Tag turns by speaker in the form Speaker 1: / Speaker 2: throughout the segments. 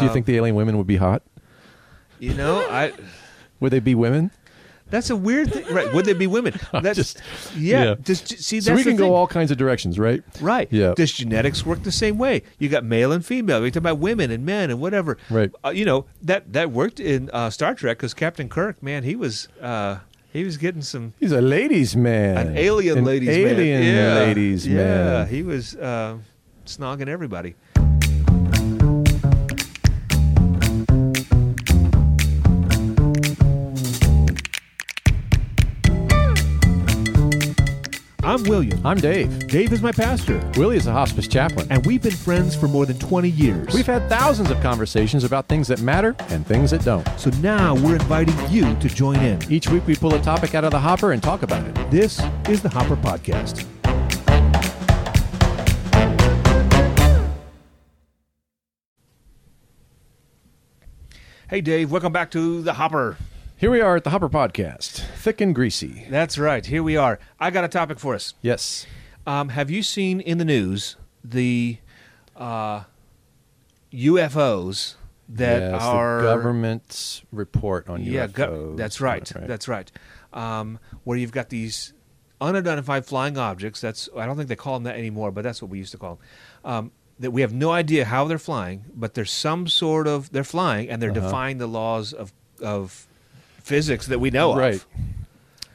Speaker 1: Do you think
Speaker 2: Um,
Speaker 1: the alien women would be hot?
Speaker 2: You know, I.
Speaker 1: Would they be women?
Speaker 2: That's a weird thing, right? Would they be women? That's
Speaker 1: just-
Speaker 2: yeah.
Speaker 1: yeah.
Speaker 2: Does, see, that's
Speaker 1: So we
Speaker 2: the
Speaker 1: can go
Speaker 2: thing.
Speaker 1: all kinds of directions, right?
Speaker 2: Right.
Speaker 1: Yeah.
Speaker 2: Does genetics work the same way? You got male and female. We talk about women and men and whatever.
Speaker 1: Right.
Speaker 2: Uh, you know that that worked in uh, Star Trek because Captain Kirk, man, he was uh, he was getting some
Speaker 1: He's a ladies' man.
Speaker 2: an alien
Speaker 1: An
Speaker 2: ladies man.
Speaker 1: alien
Speaker 2: Yeah.
Speaker 1: ladies'
Speaker 2: yeah.
Speaker 1: man.
Speaker 2: He was uh, snogging everybody. I'm William.
Speaker 1: I'm Dave.
Speaker 2: Dave is my pastor.
Speaker 1: Willie is a hospice chaplain.
Speaker 2: and we've been friends for more than 20 years.
Speaker 1: We've had thousands of conversations about things that matter and things that don't.
Speaker 2: so now we're inviting you to join in.
Speaker 1: Each week we pull a topic out of the hopper and talk about it.
Speaker 2: This is the Hopper Podcast. Hey, Dave, welcome back to the Hopper.
Speaker 1: Here we are at the Hopper Podcast, thick and greasy.
Speaker 2: That's right, here we are. I got a topic for us.
Speaker 1: Yes.
Speaker 2: Um, have you seen in the news the uh, UFOs that
Speaker 1: yes,
Speaker 2: are
Speaker 1: the government's report on
Speaker 2: Yeah,
Speaker 1: UFOs.
Speaker 2: go- that's right. That's right. Um, where you've got these unidentified flying objects. That's I don't think they call them that anymore, but that's what we used to call them. Um, that we have no idea how they're flying, but there's some sort of they're flying and
Speaker 1: Uh-huh.
Speaker 2: they're defying the laws of of physics that we know
Speaker 1: right.
Speaker 2: of.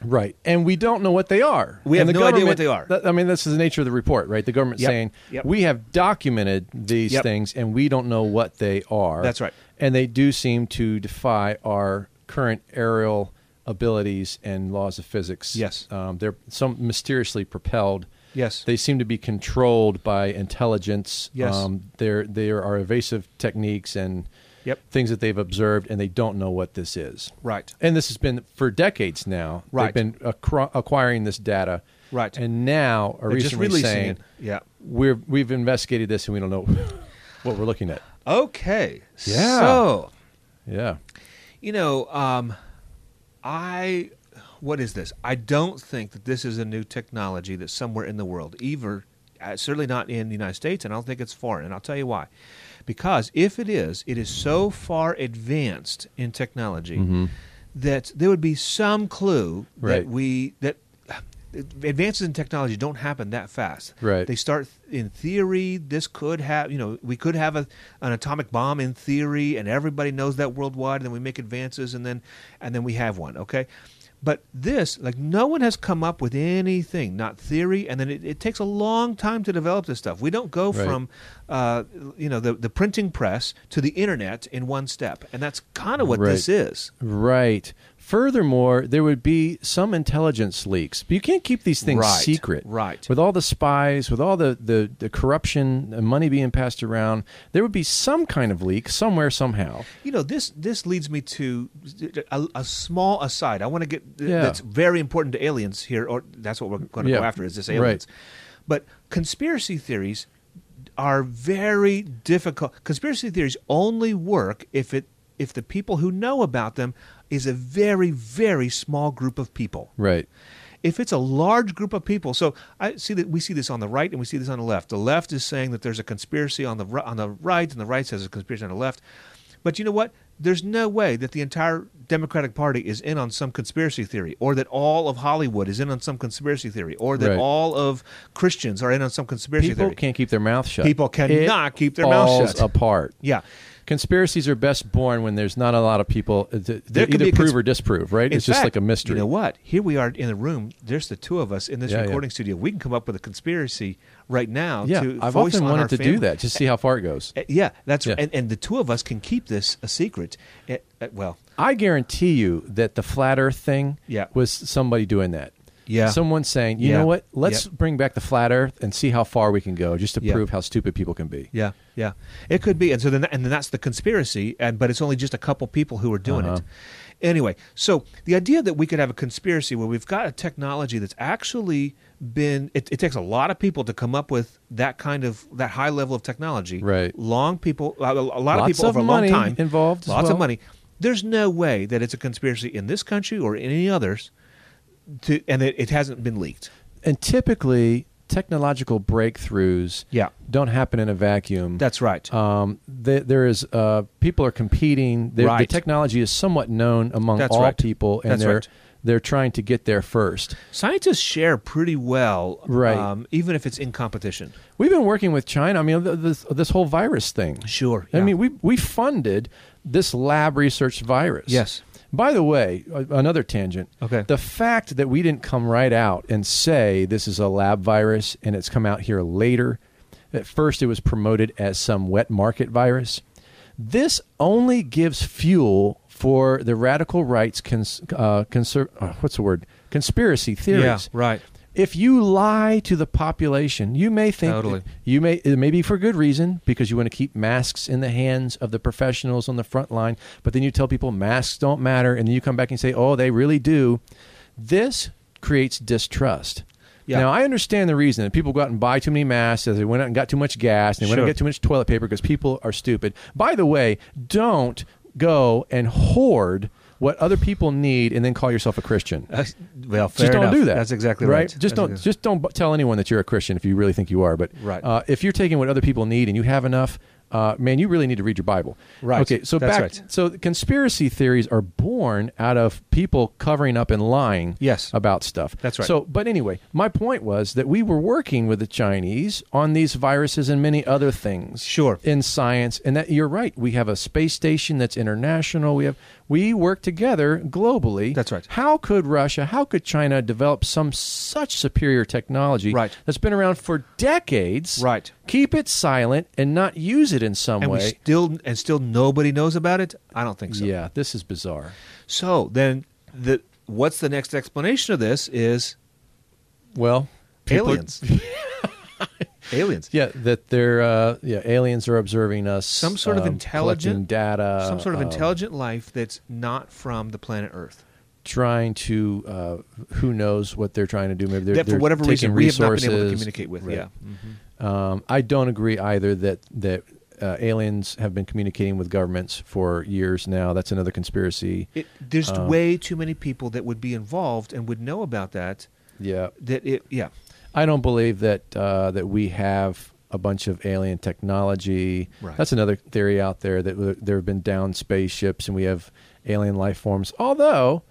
Speaker 1: Right. And we don't know what they are.
Speaker 2: We have
Speaker 1: And the
Speaker 2: no idea
Speaker 1: government-
Speaker 2: what they are.
Speaker 1: that- I mean, this is the nature of the report, right? The government
Speaker 2: Yep.
Speaker 1: saying
Speaker 2: Yep.
Speaker 1: we have documented these
Speaker 2: Yep.
Speaker 1: things and we don't know what they are.
Speaker 2: That's right.
Speaker 1: And they do seem to defy our current aerial abilities and laws of physics.
Speaker 2: Yes.
Speaker 1: Um, they're some mysteriously propelled.
Speaker 2: Yes.
Speaker 1: They seem to be controlled by intelligence.
Speaker 2: Yes.
Speaker 1: there there are evasive techniques and
Speaker 2: Yep.
Speaker 1: things that they've observed, and they don't know what this is.
Speaker 2: Right.
Speaker 1: And this has been for decades now.
Speaker 2: Right.
Speaker 1: They've been acro- acquiring this data.
Speaker 2: Right.
Speaker 1: And now are
Speaker 2: They're just
Speaker 1: recently
Speaker 2: releasing
Speaker 1: saying
Speaker 2: it. Yeah.
Speaker 1: we're we've investigated this and we don't know what we're looking at.
Speaker 2: Okay.
Speaker 1: Yeah.
Speaker 2: So
Speaker 1: Yeah.
Speaker 2: you know, um, I what is this? I don't think that this is a new technology that's somewhere in the world, either. Uh, certainly not in the United States, and I don't think it's foreign. And I'll tell you why. Because if it is, it is so far advanced in technology that there would be some clue
Speaker 1: Mm-hmm. Right.
Speaker 2: that we that uh, advances in technology don't happen that fast.
Speaker 1: Right.
Speaker 2: They start in theory. This could have, you know, we could have a, an atomic bomb in theory, and everybody knows that worldwide. And then we make advances, and then and then we have one. Okay, but this, like, no one has come up with anything, not theory, and then it, it takes a long time to develop this stuff. We don't go
Speaker 1: Right.
Speaker 2: from, uh, you know, the the printing press to the internet in one step, and that's kind of what
Speaker 1: Right.
Speaker 2: this is.
Speaker 1: Right. Furthermore, there would be some intelligence leaks. But you can't keep these things
Speaker 2: Right,
Speaker 1: secret.
Speaker 2: right.
Speaker 1: With all the spies, with all the, the, the corruption and money being passed around, there would be some kind of leak somewhere, somehow.
Speaker 2: You know, this this leads me to a, a small aside. I want to get
Speaker 1: Yeah.
Speaker 2: that's very important to aliens here, or that's what we're going to
Speaker 1: Yeah.
Speaker 2: go after is this
Speaker 1: Right.
Speaker 2: aliens. But conspiracy theories are very difficult. Conspiracy theories only work if it if the people who know about them is a very very small group of people
Speaker 1: Right.
Speaker 2: if it's a large group of people so i see that we see this on the right and we see this on the left the left is saying that there's a conspiracy on the ri- on the right and the right says there's a conspiracy on the left but you know what there's no way that the entire democratic party is in on some conspiracy theory or that all of hollywood is in on some conspiracy theory or that
Speaker 1: Right.
Speaker 2: all of christians are in on some conspiracy
Speaker 1: People
Speaker 2: theory
Speaker 1: can't keep their mouth shut.
Speaker 2: People cannot
Speaker 1: It
Speaker 2: keep their mouth
Speaker 1: falls
Speaker 2: shut.
Speaker 1: apart.
Speaker 2: yeah
Speaker 1: Conspiracies are best born when there's not a lot of people uh, that
Speaker 2: There
Speaker 1: that
Speaker 2: could
Speaker 1: either
Speaker 2: be a
Speaker 1: prove
Speaker 2: consp-
Speaker 1: or disprove, right?
Speaker 2: In
Speaker 1: It's just
Speaker 2: fact,
Speaker 1: like a mystery.
Speaker 2: You know what? Here we are in the room. There's the two of us in this
Speaker 1: Yeah, yeah.
Speaker 2: recording studio. We can come up with a conspiracy right now.
Speaker 1: yeah,
Speaker 2: to
Speaker 1: I've
Speaker 2: voice
Speaker 1: often
Speaker 2: on our
Speaker 1: wanted to do
Speaker 2: family-
Speaker 1: that, just see how far it goes.
Speaker 2: Uh, Yeah, that's
Speaker 1: Yeah.
Speaker 2: right. And, and the two of us can keep this a secret. Uh, uh, well,
Speaker 1: I guarantee you that the flat Earth thing
Speaker 2: Yeah.
Speaker 1: was somebody doing that.
Speaker 2: Yeah.
Speaker 1: someone saying, you
Speaker 2: Yeah.
Speaker 1: know what? Let's
Speaker 2: Yeah.
Speaker 1: bring back the flat Earth and see how far we can go, just to
Speaker 2: Yeah.
Speaker 1: prove how stupid people can be.
Speaker 2: yeah, yeah, it could be. And so then, and then that's the conspiracy. And but it's only just a couple people who are doing
Speaker 1: Uh-huh.
Speaker 2: it. Anyway, so the idea that we could have a conspiracy where we've got a technology that's actually been it, it takes a lot of people to come up with that kind of that high level of technology
Speaker 1: Right.
Speaker 2: long people a, a lot of
Speaker 1: Lots
Speaker 2: people
Speaker 1: of
Speaker 2: over a
Speaker 1: money
Speaker 2: long time
Speaker 1: involved as
Speaker 2: lots
Speaker 1: well.
Speaker 2: of money there's no way that it's a conspiracy in this country or any others to and it, it hasn't been leaked
Speaker 1: And typically, technological breakthroughs
Speaker 2: Yeah.
Speaker 1: don't happen in a vacuum.
Speaker 2: That's right.
Speaker 1: um, the, there is uh, people are competing. The, the
Speaker 2: Right.
Speaker 1: technology is somewhat known among
Speaker 2: That's
Speaker 1: all
Speaker 2: right.
Speaker 1: people, and
Speaker 2: That's
Speaker 1: they're
Speaker 2: right.
Speaker 1: they're trying to get there first.
Speaker 2: Scientists share pretty well,
Speaker 1: Right.
Speaker 2: um, even if it's in competition.
Speaker 1: We've been working with China. I mean, th- this this whole virus thing.
Speaker 2: Sure.
Speaker 1: I
Speaker 2: yeah.
Speaker 1: mean, we we funded this lab research virus.
Speaker 2: Yes.
Speaker 1: By the way, a- another tangent.
Speaker 2: Okay.
Speaker 1: The fact that we didn't come right out and say this is a lab virus and it's come out here later. At first, it was promoted as some wet market virus. This only gives fuel for the radical right's cons- uh, conser- uh, what's the word conspiracy theories
Speaker 2: yeah, right.
Speaker 1: if you lie to the population, you may think
Speaker 2: Totally.
Speaker 1: you may it may be for good reason because you want to keep masks in the hands of the professionals on the front line, but then you tell people masks don't matter and then you come back and say, "Oh, they really do." This creates distrust.
Speaker 2: Yeah.
Speaker 1: Now, I understand the reason that people go out and buy too many masks, as they went out and got too much gas, and they went out
Speaker 2: Sure.
Speaker 1: and got too much toilet paper because people are stupid. By the way, don't go and hoard what other people need and then call yourself a Christian
Speaker 2: Uh, well, fair
Speaker 1: just don't
Speaker 2: enough.
Speaker 1: do that.
Speaker 2: That's exactly right.
Speaker 1: Just don't
Speaker 2: That's exa-
Speaker 1: just don't b- tell anyone that you're a Christian if you really think you are. But
Speaker 2: Right.
Speaker 1: uh, if you're taking what other people need and you have enough, uh, man, you really need to read your Bible.
Speaker 2: Right.
Speaker 1: Okay. So
Speaker 2: That's
Speaker 1: back.
Speaker 2: right.
Speaker 1: So conspiracy theories are born out of people covering up and lying.
Speaker 2: Yes.
Speaker 1: About stuff.
Speaker 2: That's right.
Speaker 1: So, but anyway, my point was that we were working with the Chinese on these viruses and many other things
Speaker 2: Sure.
Speaker 1: in science and that you're right we have a space station that's international we have we work together globally
Speaker 2: That's right.
Speaker 1: how could russia how could china develop some such superior technology
Speaker 2: Right.
Speaker 1: that's been around for decades
Speaker 2: Right.
Speaker 1: keep it silent and not use it in some
Speaker 2: and we
Speaker 1: way
Speaker 2: still and still nobody knows about it. I don't think so.
Speaker 1: yeah this is bizarre
Speaker 2: So then, the what's the next explanation of this is
Speaker 1: well people are-
Speaker 2: aliens. aliens.
Speaker 1: yeah that they're uh, yeah aliens are observing us
Speaker 2: Some sort of
Speaker 1: um,
Speaker 2: intelligent-
Speaker 1: collecting data
Speaker 2: Some sort of
Speaker 1: um,
Speaker 2: intelligent life that's not from the planet Earth.
Speaker 1: trying to uh, who knows what they're trying to do maybe they're,
Speaker 2: That for
Speaker 1: they're
Speaker 2: whatever
Speaker 1: taking
Speaker 2: reason we have not been able to
Speaker 1: resources.
Speaker 2: communicate with.
Speaker 1: Right.
Speaker 2: Yeah. Mm-hmm.
Speaker 1: Um, I don't agree either that that uh, aliens have been communicating with governments for years now. That's another conspiracy.
Speaker 2: It, there's
Speaker 1: Um,
Speaker 2: way too many people that would be involved and would know about that.
Speaker 1: Yeah,
Speaker 2: That it, yeah,
Speaker 1: I don't believe that uh, that we have a bunch of alien technology.
Speaker 2: Right.
Speaker 1: That's another theory out there that w- there have been downed spaceships and we have alien life forms. Although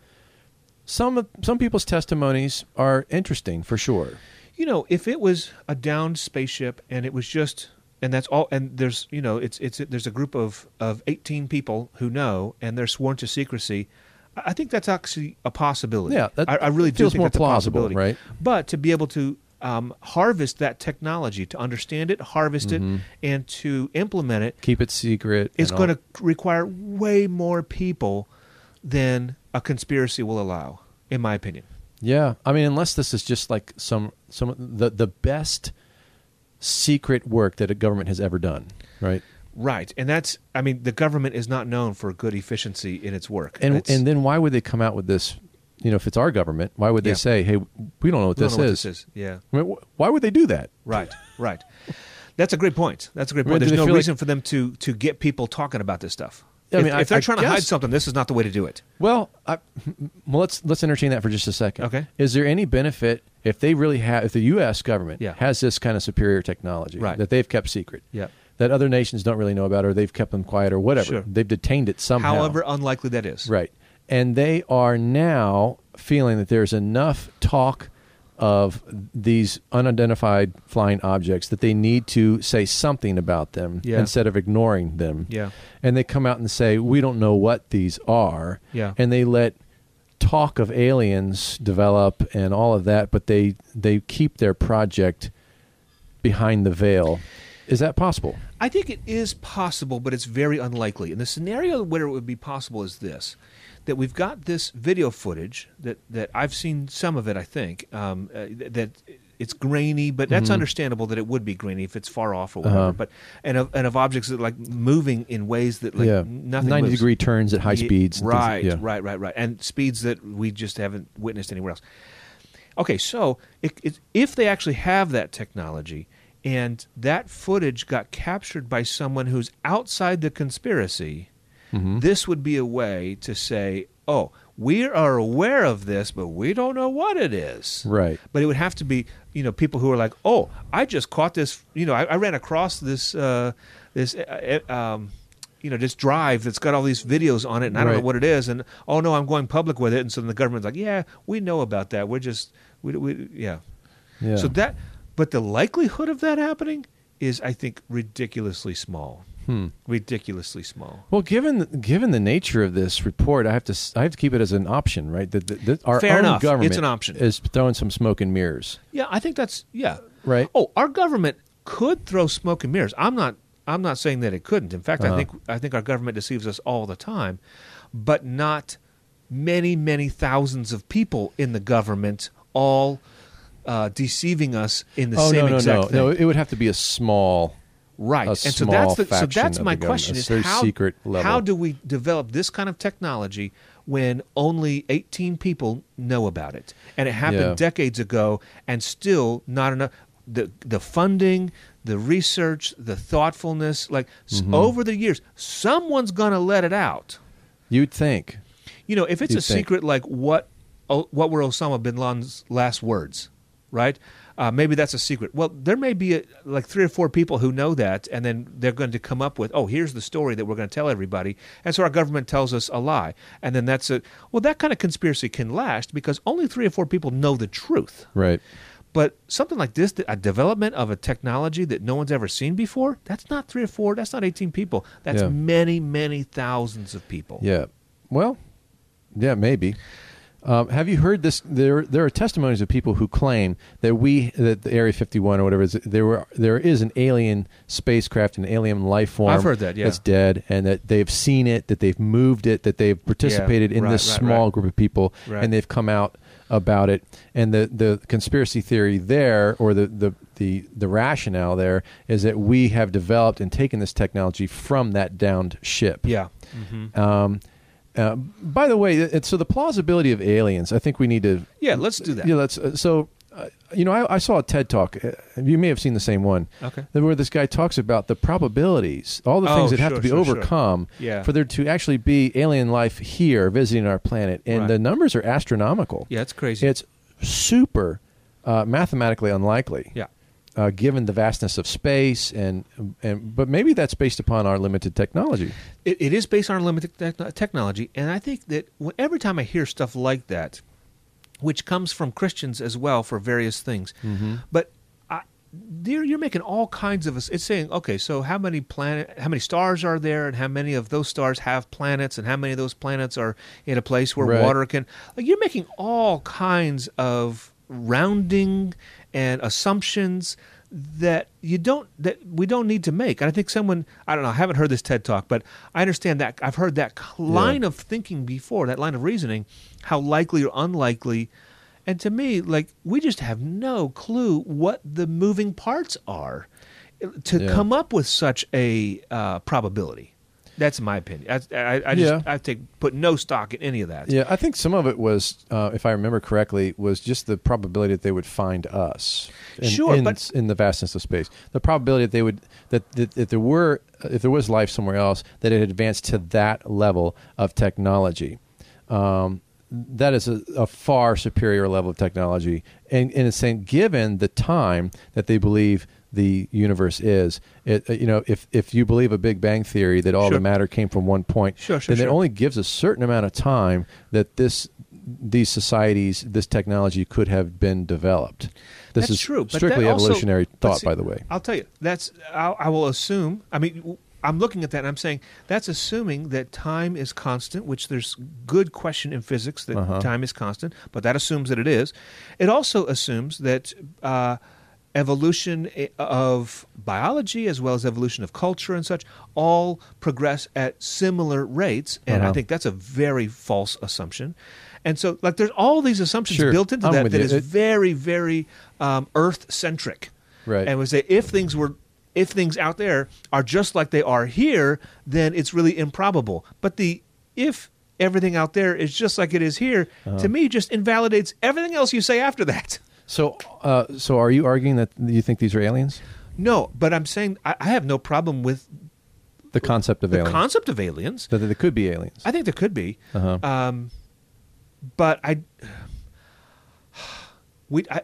Speaker 1: some of- some people's testimonies are interesting for sure.
Speaker 2: you know, if it was a downed spaceship and it was just, and that's all, and there's, you know, it's it's there's a group of of 18 people who know and they're sworn to secrecy. I I think that's actually a possibility.
Speaker 1: Yeah, that
Speaker 2: I, I really
Speaker 1: feels
Speaker 2: do think
Speaker 1: more
Speaker 2: that's
Speaker 1: plausible,
Speaker 2: a possibility.
Speaker 1: right?
Speaker 2: But to be able to um, harvest that technology, to understand it, harvest
Speaker 1: Mm-hmm.
Speaker 2: it, and to implement it,
Speaker 1: Keep it secret.
Speaker 2: it's
Speaker 1: and all-
Speaker 2: going to require way more people than a conspiracy will allow, in my opinion.
Speaker 1: Yeah, I mean, unless this is just like some some the the best secret work that a government has ever done, right?
Speaker 2: Right, and that's I mean the government is not known for good efficiency in its work.
Speaker 1: And
Speaker 2: It's-
Speaker 1: and then why would they come out with this? You know, if it's our government, why would they
Speaker 2: Yeah.
Speaker 1: say, "Hey, we don't know what,
Speaker 2: we don't
Speaker 1: this,
Speaker 2: know what
Speaker 1: is.
Speaker 2: yeah,
Speaker 1: I mean, wh- why would they do that?
Speaker 2: right, right. That's a great point. That's a great
Speaker 1: I mean,
Speaker 2: point.
Speaker 1: do
Speaker 2: There's
Speaker 1: they
Speaker 2: no
Speaker 1: feel like-
Speaker 2: reason for them to to get people talking about this stuff.
Speaker 1: Yeah, I mean,
Speaker 2: if,
Speaker 1: I-
Speaker 2: if they're
Speaker 1: I
Speaker 2: trying to hide
Speaker 1: guess-
Speaker 2: something, this is not the way to do it.
Speaker 1: Well, I, well, let's let's entertain that for just a second.
Speaker 2: Okay.
Speaker 1: Is there any benefit if they really have if the U.S. government
Speaker 2: Yeah.
Speaker 1: has this kind of superior technology
Speaker 2: Right.
Speaker 1: that they've kept secret?
Speaker 2: Yeah.
Speaker 1: That other nations don't really know about, or they've kept them quiet, or whatever.
Speaker 2: Sure.
Speaker 1: They've detained it somehow.
Speaker 2: However unlikely that is.
Speaker 1: Right. And they are now feeling that there's enough talk of these unidentified flying objects that they need to say something about them
Speaker 2: Yeah.
Speaker 1: instead of ignoring them.
Speaker 2: Yeah.
Speaker 1: And they come out and say, we don't know what these are.
Speaker 2: Yeah.
Speaker 1: And they let talk of aliens develop and all of that, but they, they keep their project behind the veil. Is that possible?
Speaker 2: I think it is possible, but it's very unlikely. And the scenario where it would be possible is this: that we've got this video footage that that I've seen some of it. I think um, uh, th- that it's grainy, but that's understandable that it would be grainy if it's far off or whatever.
Speaker 1: Mm-hmm. Uh-huh.
Speaker 2: But and of, and of objects that like moving in ways that like
Speaker 1: yeah.
Speaker 2: nothing
Speaker 1: 90
Speaker 2: moves.
Speaker 1: degree turns at high
Speaker 2: Ye-
Speaker 1: speeds.
Speaker 2: Right,
Speaker 1: Yeah.
Speaker 2: right, right, right, and speeds that we just haven't witnessed anywhere else. Okay, so it, it, if they actually have that technology, and that footage got captured by someone who's outside the conspiracy, this would be a way to say, "Oh, we are aware of this, but we don't know what it is.
Speaker 1: Right.
Speaker 2: But it would have to be, you know, people who are like, oh, I just caught this, you know, I, I ran across this, uh, this, uh, uh, um, you know, this drive that's got all these videos on it, and I don't
Speaker 1: Right.
Speaker 2: know what it is, and oh no, I'm going public with it, and so then the government's like, yeah, we know about that. We're just, we, we yeah.
Speaker 1: Yeah.
Speaker 2: So that, but the likelihood of that happening is, I think, ridiculously small.
Speaker 1: Hmm.
Speaker 2: Ridiculously small.
Speaker 1: Well, given given the nature of this report, I have to s- I have to keep it as an option, right? That that- that our
Speaker 2: Fair
Speaker 1: own
Speaker 2: enough. It's
Speaker 1: government
Speaker 2: an option.
Speaker 1: is throwing some smoke and mirrors,
Speaker 2: Yeah, I think that's yeah.
Speaker 1: right?
Speaker 2: Oh, our government could throw smoke and mirrors. I'm not. I'm not saying that it couldn't. In fact,
Speaker 1: Uh-huh.
Speaker 2: I think I think our government deceives us all the time, but not many, many thousands of people in the government all uh, deceiving us in the
Speaker 1: Oh,
Speaker 2: same
Speaker 1: no, no,
Speaker 2: exact
Speaker 1: no,
Speaker 2: thing.
Speaker 1: no! It would have to be a small.
Speaker 2: Right,
Speaker 1: a
Speaker 2: and so
Speaker 1: small
Speaker 2: that's the, so
Speaker 1: faction
Speaker 2: that's
Speaker 1: of
Speaker 2: my
Speaker 1: the government,
Speaker 2: question:
Speaker 1: a
Speaker 2: is
Speaker 1: very
Speaker 2: how
Speaker 1: secret level.
Speaker 2: how do we develop this kind of technology when only 18 people know about it, and it happened
Speaker 1: Yeah.
Speaker 2: decades ago, and still not enough the the funding, the research, the thoughtfulness, like s
Speaker 1: Mm-hmm.
Speaker 2: over the years, someone's gonna let it out.
Speaker 1: You'd think,
Speaker 2: You know, if it's
Speaker 1: You'd
Speaker 2: a
Speaker 1: think.
Speaker 2: secret, like what oh, what were Osama bin Laden's last words, right? Uh, maybe that's a secret. Well, there may be a, like three or four people who know that, and then they're going to come up with, oh, here's the story that we're going to tell everybody, and so our government tells us a lie, and then that's a well, that kind of conspiracy can last because only three or four people know the truth.
Speaker 1: right?
Speaker 2: But something like this, a development of a technology that no one's ever seen before, that's not three or four, that's not 18 people. That's
Speaker 1: Yeah.
Speaker 2: many, many thousands of people.
Speaker 1: Yeah. Well, yeah, maybe. Um, have you heard this? There, there are testimonies of people who claim that we, that the Area 51 or whatever, is, there were, there is an alien spacecraft, an alien life form.
Speaker 2: I've heard that, yeah.
Speaker 1: that's dead, and that they've seen it, that they've moved it, that they've participated in
Speaker 2: right,
Speaker 1: this
Speaker 2: right,
Speaker 1: small
Speaker 2: right.
Speaker 1: group of people,
Speaker 2: Right.
Speaker 1: and they've come out about it. And the the conspiracy theory there, or the the the, the rationale there, is that we have developed and taken this technology from that downed ship.
Speaker 2: Yeah. Mm.
Speaker 1: Um, uh, by the way, it, so the plausibility of aliens, I think we need to.
Speaker 2: Yeah, let's do that.
Speaker 1: Yeah, that's uh, so. Uh, you know, I, I saw a TED talk. Uh, you may have seen the same one.
Speaker 2: Okay.
Speaker 1: Where this guy talks about the probabilities, all the
Speaker 2: Oh,
Speaker 1: things that have
Speaker 2: sure,
Speaker 1: to be
Speaker 2: sure, sure.
Speaker 1: overcome
Speaker 2: Yeah.
Speaker 1: for there to actually be alien life here visiting our planet, and
Speaker 2: Right.
Speaker 1: the numbers are astronomical.
Speaker 2: Yeah, it's crazy.
Speaker 1: It's super uh, mathematically unlikely.
Speaker 2: yeah.
Speaker 1: Uh, given the vastness of space, and and but maybe that's based upon our limited technology.
Speaker 2: It, it is based on limited techn- technology, and I think that when, every time I hear stuff like that, which comes from Christians as well for various things, but I, there you're making all kinds of ass- it's saying okay, so how many planet, how many stars are there, and how many of those stars have planets, and how many of those planets are in a place where
Speaker 1: Right.
Speaker 2: water can like you're making all kinds of rounding and assumptions that you don't that we don't need to make and i think someone i don't know i haven't heard this ted talk but i understand that i've heard that line of thinking before that line of reasoning how likely or unlikely and to me like we just have no clue what the moving parts are eh, to
Speaker 1: Yeah.
Speaker 2: come up with such a uh, probability that's my opinion i, I, I just
Speaker 1: Yeah.
Speaker 2: i take put no stock in any of that
Speaker 1: Yeah, I think some of it was, uh, if I remember correctly, was just the probability that they would find us. In,
Speaker 2: Sure,
Speaker 1: in,
Speaker 2: but-
Speaker 1: in the vastness of space, the probability that they would that, that if there were if there was life somewhere else, that it advanced to that level of technology. Um, that is a, a far superior level of technology, and, and it's saying given the time that they believe the universe is, it, you know, if if you believe a Big Bang theory that all
Speaker 2: Sure.
Speaker 1: the matter came from one point,
Speaker 2: Sure, sure,
Speaker 1: then it
Speaker 2: sure.
Speaker 1: only only gives a certain amount of time that this these societies this technology could have been developed this
Speaker 2: That's
Speaker 1: is
Speaker 2: true, but that
Speaker 1: strictly
Speaker 2: also-
Speaker 1: evolutionary
Speaker 2: but
Speaker 1: thought
Speaker 2: see,
Speaker 1: by the way
Speaker 2: I'll tell you, that's I, I will assume. I mean, w- I'm looking at that and I'm saying that's assuming that time is constant, which there's good question in physics that
Speaker 1: Uh-huh.
Speaker 2: time is constant, but that assumes that it is. It also assumes that uh, evolution i- of biology as well as evolution of culture and such all progress at similar rates, and I
Speaker 1: Uh-huh.
Speaker 2: think that's a very false assumption. And so, like, there's all these assumptions
Speaker 1: Sure,
Speaker 2: built into
Speaker 1: I'm
Speaker 2: that
Speaker 1: with
Speaker 2: that
Speaker 1: you.
Speaker 2: is
Speaker 1: It-
Speaker 2: very, very um, Earth centric.
Speaker 1: Right.
Speaker 2: And we say if things were, if things out there are just like they are here, then it's really improbable. But the if everything out there is just like it is here,
Speaker 1: Uh-huh.
Speaker 2: to me, just invalidates everything else you say after that.
Speaker 1: so uh, so are you arguing that you think these are aliens
Speaker 2: No, but I'm saying I, I have no problem with
Speaker 1: the concept of
Speaker 2: the
Speaker 1: aliens
Speaker 2: concept of aliens.
Speaker 1: that they could be aliens
Speaker 2: I think there could be.
Speaker 1: Uh-huh.
Speaker 2: Um, but I, we, I,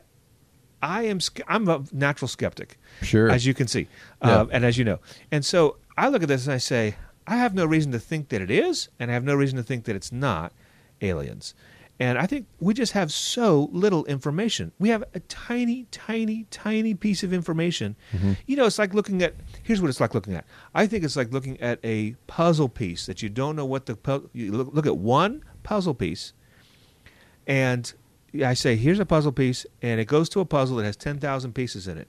Speaker 2: I am, sk- I'm a natural skeptic,
Speaker 1: Sure.
Speaker 2: as you can see,
Speaker 1: Yeah.
Speaker 2: um, and as you know. And so I look at this and I say, I have no reason to think that it is, and I have no reason to think that it's not aliens. And I think we just have so little information. We have a tiny, tiny, tiny piece of information. You know, it's like looking at. Here's what it's like looking at. I think it's like looking at a puzzle piece that you don't know what the pu- you look, look at one puzzle piece, and I say, here's a puzzle piece, and it goes to a puzzle that has 10,000 pieces in it.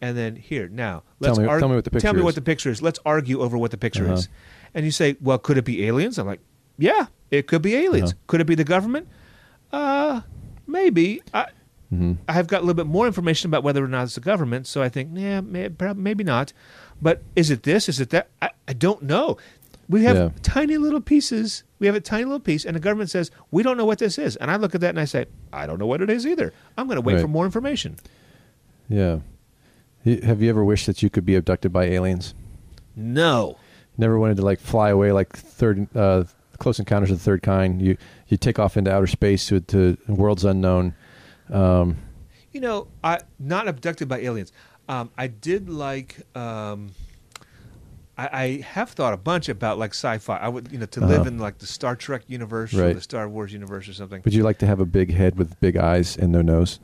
Speaker 2: And then here, now, let's
Speaker 1: me-
Speaker 2: arg-
Speaker 1: tell me what the
Speaker 2: tell
Speaker 1: picture
Speaker 2: me
Speaker 1: is.
Speaker 2: what the picture is. Let's argue over what the picture
Speaker 1: Uh-huh.
Speaker 2: is. And you say, well, could it be aliens? I'm like, yeah, it could be aliens.
Speaker 1: Uh-huh.
Speaker 2: Could it be the government? Uh, maybe. I,
Speaker 1: Mhm.
Speaker 2: I've got a little bit more information about whether or not it's the government, so I think, yeah, may, prob- maybe not. But is it this? Is it that? I, I don't know. We have
Speaker 1: Yeah.
Speaker 2: tiny little pieces. We have a tiny little piece, and the government says we don't know what this is. And I look at that and I say, I don't know what it is either. I'm going to wait
Speaker 1: Right.
Speaker 2: for more information.
Speaker 1: Yeah. Y- Have you ever wished that you could be abducted by aliens?
Speaker 2: No.
Speaker 1: Never wanted to like fly away like third uh, close encounters of the third kind. You you take off into outer space to, to worlds unknown. Um,
Speaker 2: You know, I not abducted by aliens. Um, I did like. Um, I, I have thought a bunch about like sci-fi. I would, you know, to live
Speaker 1: Uh-huh.
Speaker 2: in like the Star Trek universe or
Speaker 1: Right.
Speaker 2: the Star Wars universe or something.
Speaker 1: would you like to have a big head with big eyes and no nose?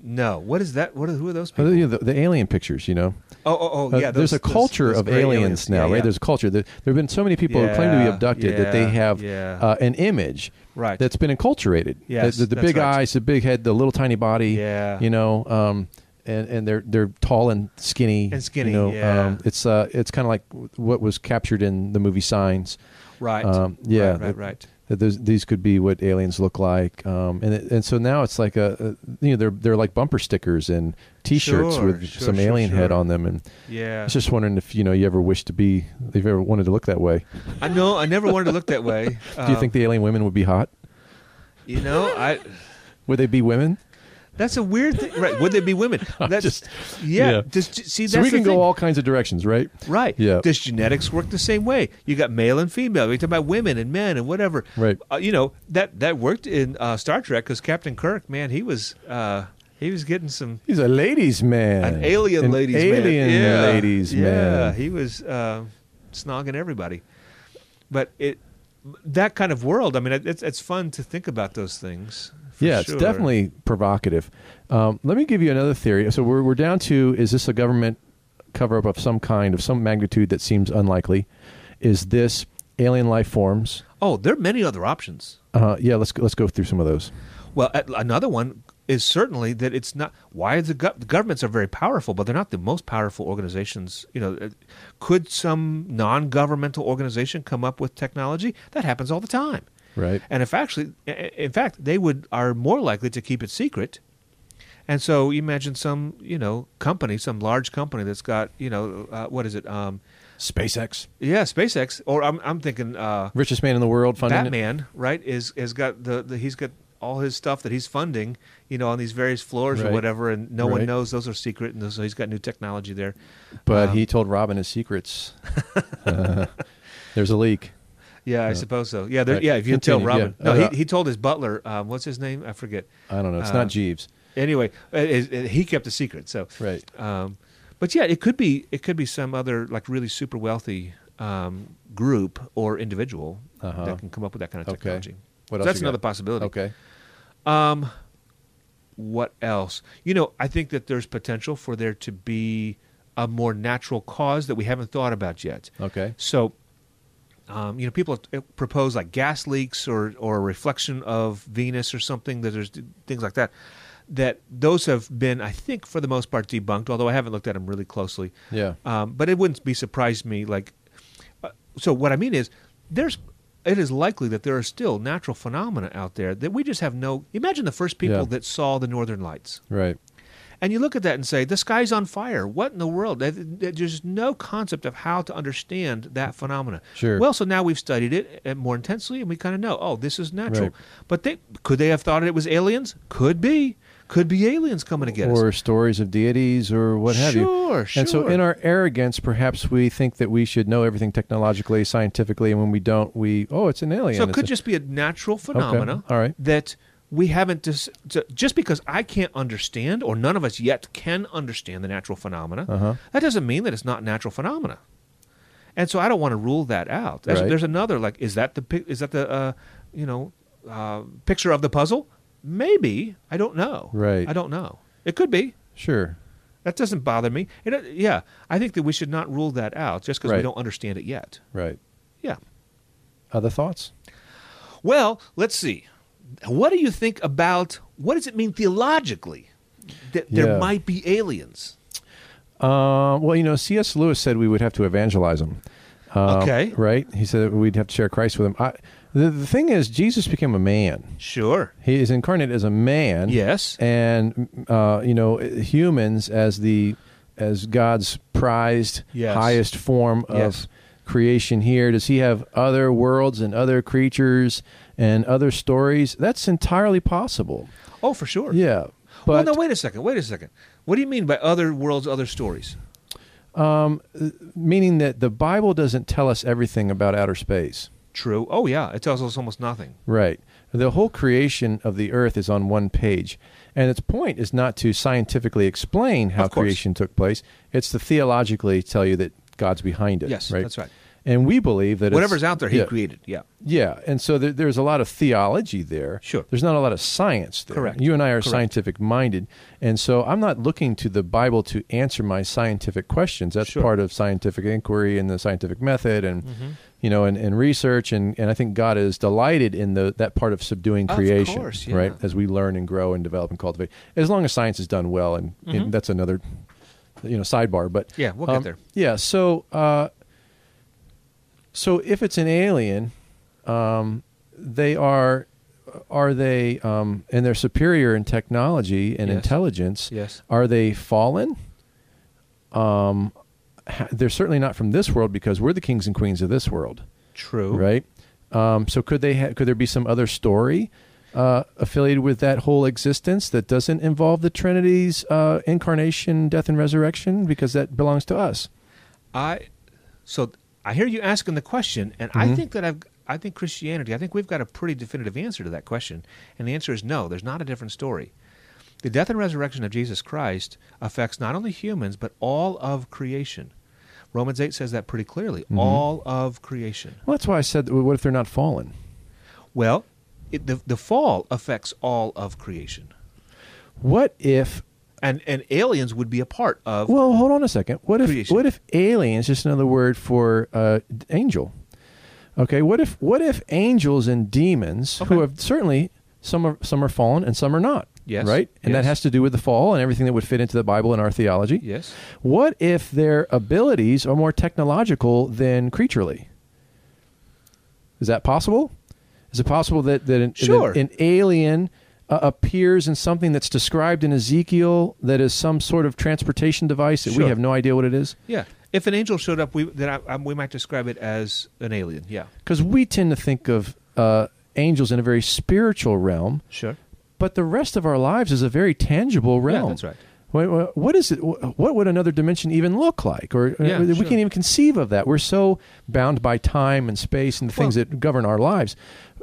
Speaker 2: No, what is that? What are who are those
Speaker 1: Oh,
Speaker 2: people?
Speaker 1: you know, the, the alien pictures, you know.
Speaker 2: Oh, oh, oh,
Speaker 1: Uh,
Speaker 2: yeah.
Speaker 1: there's
Speaker 2: those-
Speaker 1: a
Speaker 2: those-
Speaker 1: culture
Speaker 2: those
Speaker 1: of
Speaker 2: gray
Speaker 1: aliens, now,
Speaker 2: Yeah,
Speaker 1: right?
Speaker 2: yeah.
Speaker 1: There's a culture. There, there have been so many people who claim to be
Speaker 2: Yeah,
Speaker 1: abducted that they
Speaker 2: yeah,
Speaker 1: have
Speaker 2: yeah.
Speaker 1: uh, an image
Speaker 2: right.
Speaker 1: that's been enculturated.
Speaker 2: Yes,
Speaker 1: the, the
Speaker 2: that's
Speaker 1: big
Speaker 2: right.
Speaker 1: eyes, the big head, the little tiny body.
Speaker 2: Yeah.
Speaker 1: you know, um, and and they're they're tall and skinny.
Speaker 2: And skinny,
Speaker 1: you know,
Speaker 2: yeah.
Speaker 1: um, it's uh, it's kind of like w- what was captured in the movie Signs.
Speaker 2: right.
Speaker 1: um, yeah,
Speaker 2: Right. Right.
Speaker 1: that-
Speaker 2: right.
Speaker 1: That those, these could be what aliens look like, um, and it, and so now it's like a, a you know they're they're like bumper stickers and T-shirts
Speaker 2: Sure,
Speaker 1: with
Speaker 2: sure,
Speaker 1: some
Speaker 2: sure,
Speaker 1: alien head
Speaker 2: sure.
Speaker 1: on them, and I
Speaker 2: Yeah.
Speaker 1: was just wondering if you know you ever wished to be, if you ever wanted to look that way.
Speaker 2: I know. I never wanted to look that way.
Speaker 1: Do you
Speaker 2: Um,
Speaker 1: think the alien women would be hot?
Speaker 2: You know, I.
Speaker 1: Would they be women?
Speaker 2: That's a weird thing, right? Would they be women? That's
Speaker 1: just-
Speaker 2: yeah.
Speaker 1: yeah.
Speaker 2: Does, ge- see, that's
Speaker 1: So we
Speaker 2: the
Speaker 1: can go
Speaker 2: thing.
Speaker 1: all kinds of directions, right?
Speaker 2: right.
Speaker 1: Yeah.
Speaker 2: Does genetics work the same way? You got male and female. We talk about women and men and whatever.
Speaker 1: Right.
Speaker 2: Uh, you know that that worked in uh, Star Trek because Captain Kirk, man, he was uh, he was getting some
Speaker 1: He's a ladies' man,
Speaker 2: An alien
Speaker 1: An
Speaker 2: ladies man.
Speaker 1: alien
Speaker 2: Yeah.
Speaker 1: ladies
Speaker 2: yeah.
Speaker 1: man.
Speaker 2: he was uh, snogging everybody. But it that kind of world. I mean, it, it's it's fun to think about those things. for
Speaker 1: yeah,
Speaker 2: sure.
Speaker 1: it's definitely provocative. Um, let me give you another theory. So we're, we're down to is this a government cover up of some kind, of some magnitude that seems unlikely? Is this alien life forms?
Speaker 2: Oh, there are many other options.
Speaker 1: Uh, yeah, let's go- let's go through some of those.
Speaker 2: Well, a- another one is certainly that it's not why the, gov the governments are very powerful, but they're not the most powerful organizations. You know, uh, could some non-governmental organization come up with technology that happens all the time?
Speaker 1: Right.
Speaker 2: And if actually, in fact, they would are more likely to keep it secret. And so you imagine some, you know, company, some large company that's got, you know, uh, what is it? Um,
Speaker 1: SpaceX,
Speaker 2: yeah, SpaceX, or I'm, I'm thinking uh,
Speaker 1: richest man in the world, funding it.
Speaker 2: Batman, right? Is has got the, the he's got all his stuff that he's funding, you know, on these various floors
Speaker 1: Right.
Speaker 2: or whatever, and no
Speaker 1: Right.
Speaker 2: one knows those are secret, and so he's got new technology there.
Speaker 1: But
Speaker 2: Um,
Speaker 1: he told Robin his secrets. Uh, there's a leak.
Speaker 2: Yeah, I suppose so. Yeah, there,
Speaker 1: Oh. Right.
Speaker 2: yeah. If you
Speaker 1: Continue,
Speaker 2: tell Robin,
Speaker 1: yeah.
Speaker 2: no,
Speaker 1: Uh,
Speaker 2: he, he told his butler, um, what's his name? I forget.
Speaker 1: I don't know. It's
Speaker 2: Uh,
Speaker 1: not Jeeves.
Speaker 2: anyway, uh, it, it, he kept a secret. So,
Speaker 1: Right.
Speaker 2: um, but yeah, it could be it could be some other like really super wealthy um, group or individual
Speaker 1: Uh-huh.
Speaker 2: that can come up with that kind of
Speaker 1: Okay.
Speaker 2: technology.
Speaker 1: What
Speaker 2: So
Speaker 1: else
Speaker 2: that's
Speaker 1: you got?
Speaker 2: another possibility.
Speaker 1: Okay.
Speaker 2: Um, what else? You know, I think that there's potential for there to be a more natural cause that we haven't thought about yet.
Speaker 1: Okay.
Speaker 2: So, um, you know, people uh, propose like gas leaks or or a reflection of Venus or something. That there's things like that. That those have been, I think, for the most part, debunked. Although I haven't looked at them really closely.
Speaker 1: Yeah.
Speaker 2: Um, but it wouldn't be surprised me. Like, uh, so what I mean is, there's. It is likely that there are still natural phenomena out there that we just have no. Imagine the first people
Speaker 1: Yeah.
Speaker 2: that saw the northern lights.
Speaker 1: Right.
Speaker 2: And you look at that and say, the sky's on fire. What in the world? There- there- There's no concept of how to understand that phenomena.
Speaker 1: Sure.
Speaker 2: Well, so now we've studied it uh, more intensely and we kind of know, oh, this is natural.
Speaker 1: Right.
Speaker 2: But they, could they have thought it was aliens? Could be. Could be aliens coming to get us.
Speaker 1: or stories of deities or what have you.
Speaker 2: Sure,
Speaker 1: And so,
Speaker 2: sure.
Speaker 1: in our arrogance, perhaps we think that we should know everything technologically, scientifically, and when we don't, we oh, it's an alien.
Speaker 2: So it
Speaker 1: It's
Speaker 2: could
Speaker 1: a-
Speaker 2: just be a natural phenomena.
Speaker 1: all right.
Speaker 2: That we haven't dis- so just because I can't understand, or none of us yet can understand the natural phenomena.
Speaker 1: Uh-huh.
Speaker 2: That doesn't mean that it's not natural phenomena. And so I don't want to rule that out. There's,
Speaker 1: Right.
Speaker 2: there's another like, is that the pic- is that the uh, you know uh, picture of the puzzle? Maybe I don't know.
Speaker 1: Right.
Speaker 2: I don't know. It could be.
Speaker 1: sure.
Speaker 2: That doesn't bother me. It, uh, yeah, I think that we should not rule that out just because we
Speaker 1: Right.
Speaker 2: don't understand it yet.
Speaker 1: Right.
Speaker 2: Yeah.
Speaker 1: Other thoughts?
Speaker 2: Well, let's see. What do you think about what does it mean theologically that there
Speaker 1: Yeah.
Speaker 2: might be aliens?
Speaker 1: Uh, well, you know, C.S. Lewis said we would have to evangelize them. Um,
Speaker 2: Okay.
Speaker 1: Right. He said we'd have to share Christ with them. I, the, the thing is, Jesus became a man.
Speaker 2: Sure.
Speaker 1: He is incarnate as a man.
Speaker 2: Yes.
Speaker 1: And uh, you know, humans as the as God's prized
Speaker 2: Yes.
Speaker 1: highest form of
Speaker 2: Yes.
Speaker 1: creation here. Does he have other worlds and other creatures and other stories? That's entirely possible.
Speaker 2: Oh, for sure.
Speaker 1: Yeah.
Speaker 2: well,
Speaker 1: But
Speaker 2: no, wait a second. Wait a second. What do you mean by other worlds, other stories?
Speaker 1: meaning that the Bible doesn't tell us everything about outer space.
Speaker 2: True. Oh, yeah. It tells us almost nothing.
Speaker 1: Right. The whole creation of the earth is on one page. And its point is not to scientifically explain how
Speaker 2: Of course.
Speaker 1: creation took place, it's to theologically tell you that God's behind it.
Speaker 2: Yes, that's right.
Speaker 1: And we believe that
Speaker 2: Whatever's
Speaker 1: it's,
Speaker 2: out there, he
Speaker 1: yeah,
Speaker 2: created. Yeah.
Speaker 1: Yeah, and so there, there's a lot of theology there.
Speaker 2: Sure.
Speaker 1: There's not a lot of science there.
Speaker 2: Correct.
Speaker 1: You and I are
Speaker 2: Correct.
Speaker 1: scientific minded, and so I'm not looking to the Bible to answer my scientific questions. That's
Speaker 2: Sure. Mm-hmm.
Speaker 1: part of scientific inquiry and the scientific method, and you know, and, and research, and, and I think God is delighted in the that part of subduing
Speaker 2: Of
Speaker 1: creation,
Speaker 2: course, yeah.
Speaker 1: right? As we learn and grow and develop and cultivate, as long as science is done well, and, and that's another, you know, sidebar. But
Speaker 2: Mm-hmm. Yeah, we'll get
Speaker 1: um,
Speaker 2: there.
Speaker 1: Yeah, so. Uh, so if it's an alien, um, they are are they um, and they're superior in technology and
Speaker 2: Yes.
Speaker 1: intelligence.
Speaker 2: Yes.
Speaker 1: Are they fallen? Um, ha- they're certainly not from this world because we're the kings and queens of this world,
Speaker 2: True.
Speaker 1: right? Um, so could they ha- could there be some other story uh, affiliated with that whole existence that doesn't involve the Trinity's uh, incarnation, death, and resurrection because that belongs to us?
Speaker 2: I so I hear you asking the question, and I
Speaker 1: Mhm.
Speaker 2: think that I've I think Christianity. I think we've got a pretty definitive answer to that question, and the answer is no. There's not a different story. The death and resurrection of Jesus Christ affects not only humans but all of creation. Romans eight says that pretty clearly. All of creation.
Speaker 1: Well, that's why I said, what if they're not fallen?
Speaker 2: Well, it, the the fall affects all of creation,
Speaker 1: What if
Speaker 2: and and aliens would be a part of.
Speaker 1: Well, hold on a second. What if
Speaker 2: Creation.
Speaker 1: what if aliens just another word for uh, d- angel? Okay, what if what if angels and demons
Speaker 2: Okay.
Speaker 1: who have certainly some are some are fallen and some are not.
Speaker 2: Yes.
Speaker 1: Right? And
Speaker 2: Yes.
Speaker 1: that has to do with the fall and everything that would fit into the Bible and our theology.
Speaker 2: yes.
Speaker 1: What if their abilities are more technological than creaturely? Is that possible? Is it possible that, that, an, that
Speaker 2: Sure.
Speaker 1: an alien uh, appears in something that's described in Ezekiel that is some sort of transportation device that
Speaker 2: Sure.
Speaker 1: we have no idea what it is?
Speaker 2: Yeah. If an angel showed up, we then I, I, we might describe it as an alien. Yeah.
Speaker 1: Because we tend to think of uh, angels in a very spiritual realm,
Speaker 2: Sure.
Speaker 1: but the rest of our lives is a very tangible realm.
Speaker 2: that's right.
Speaker 1: Wha- wha- What is it? wha- What would another dimension even look like? Or uh,
Speaker 2: Yeah,
Speaker 1: we
Speaker 2: sure.
Speaker 1: can't even conceive of that. We're so bound by time and space and the things
Speaker 2: Well-
Speaker 1: that govern our lives.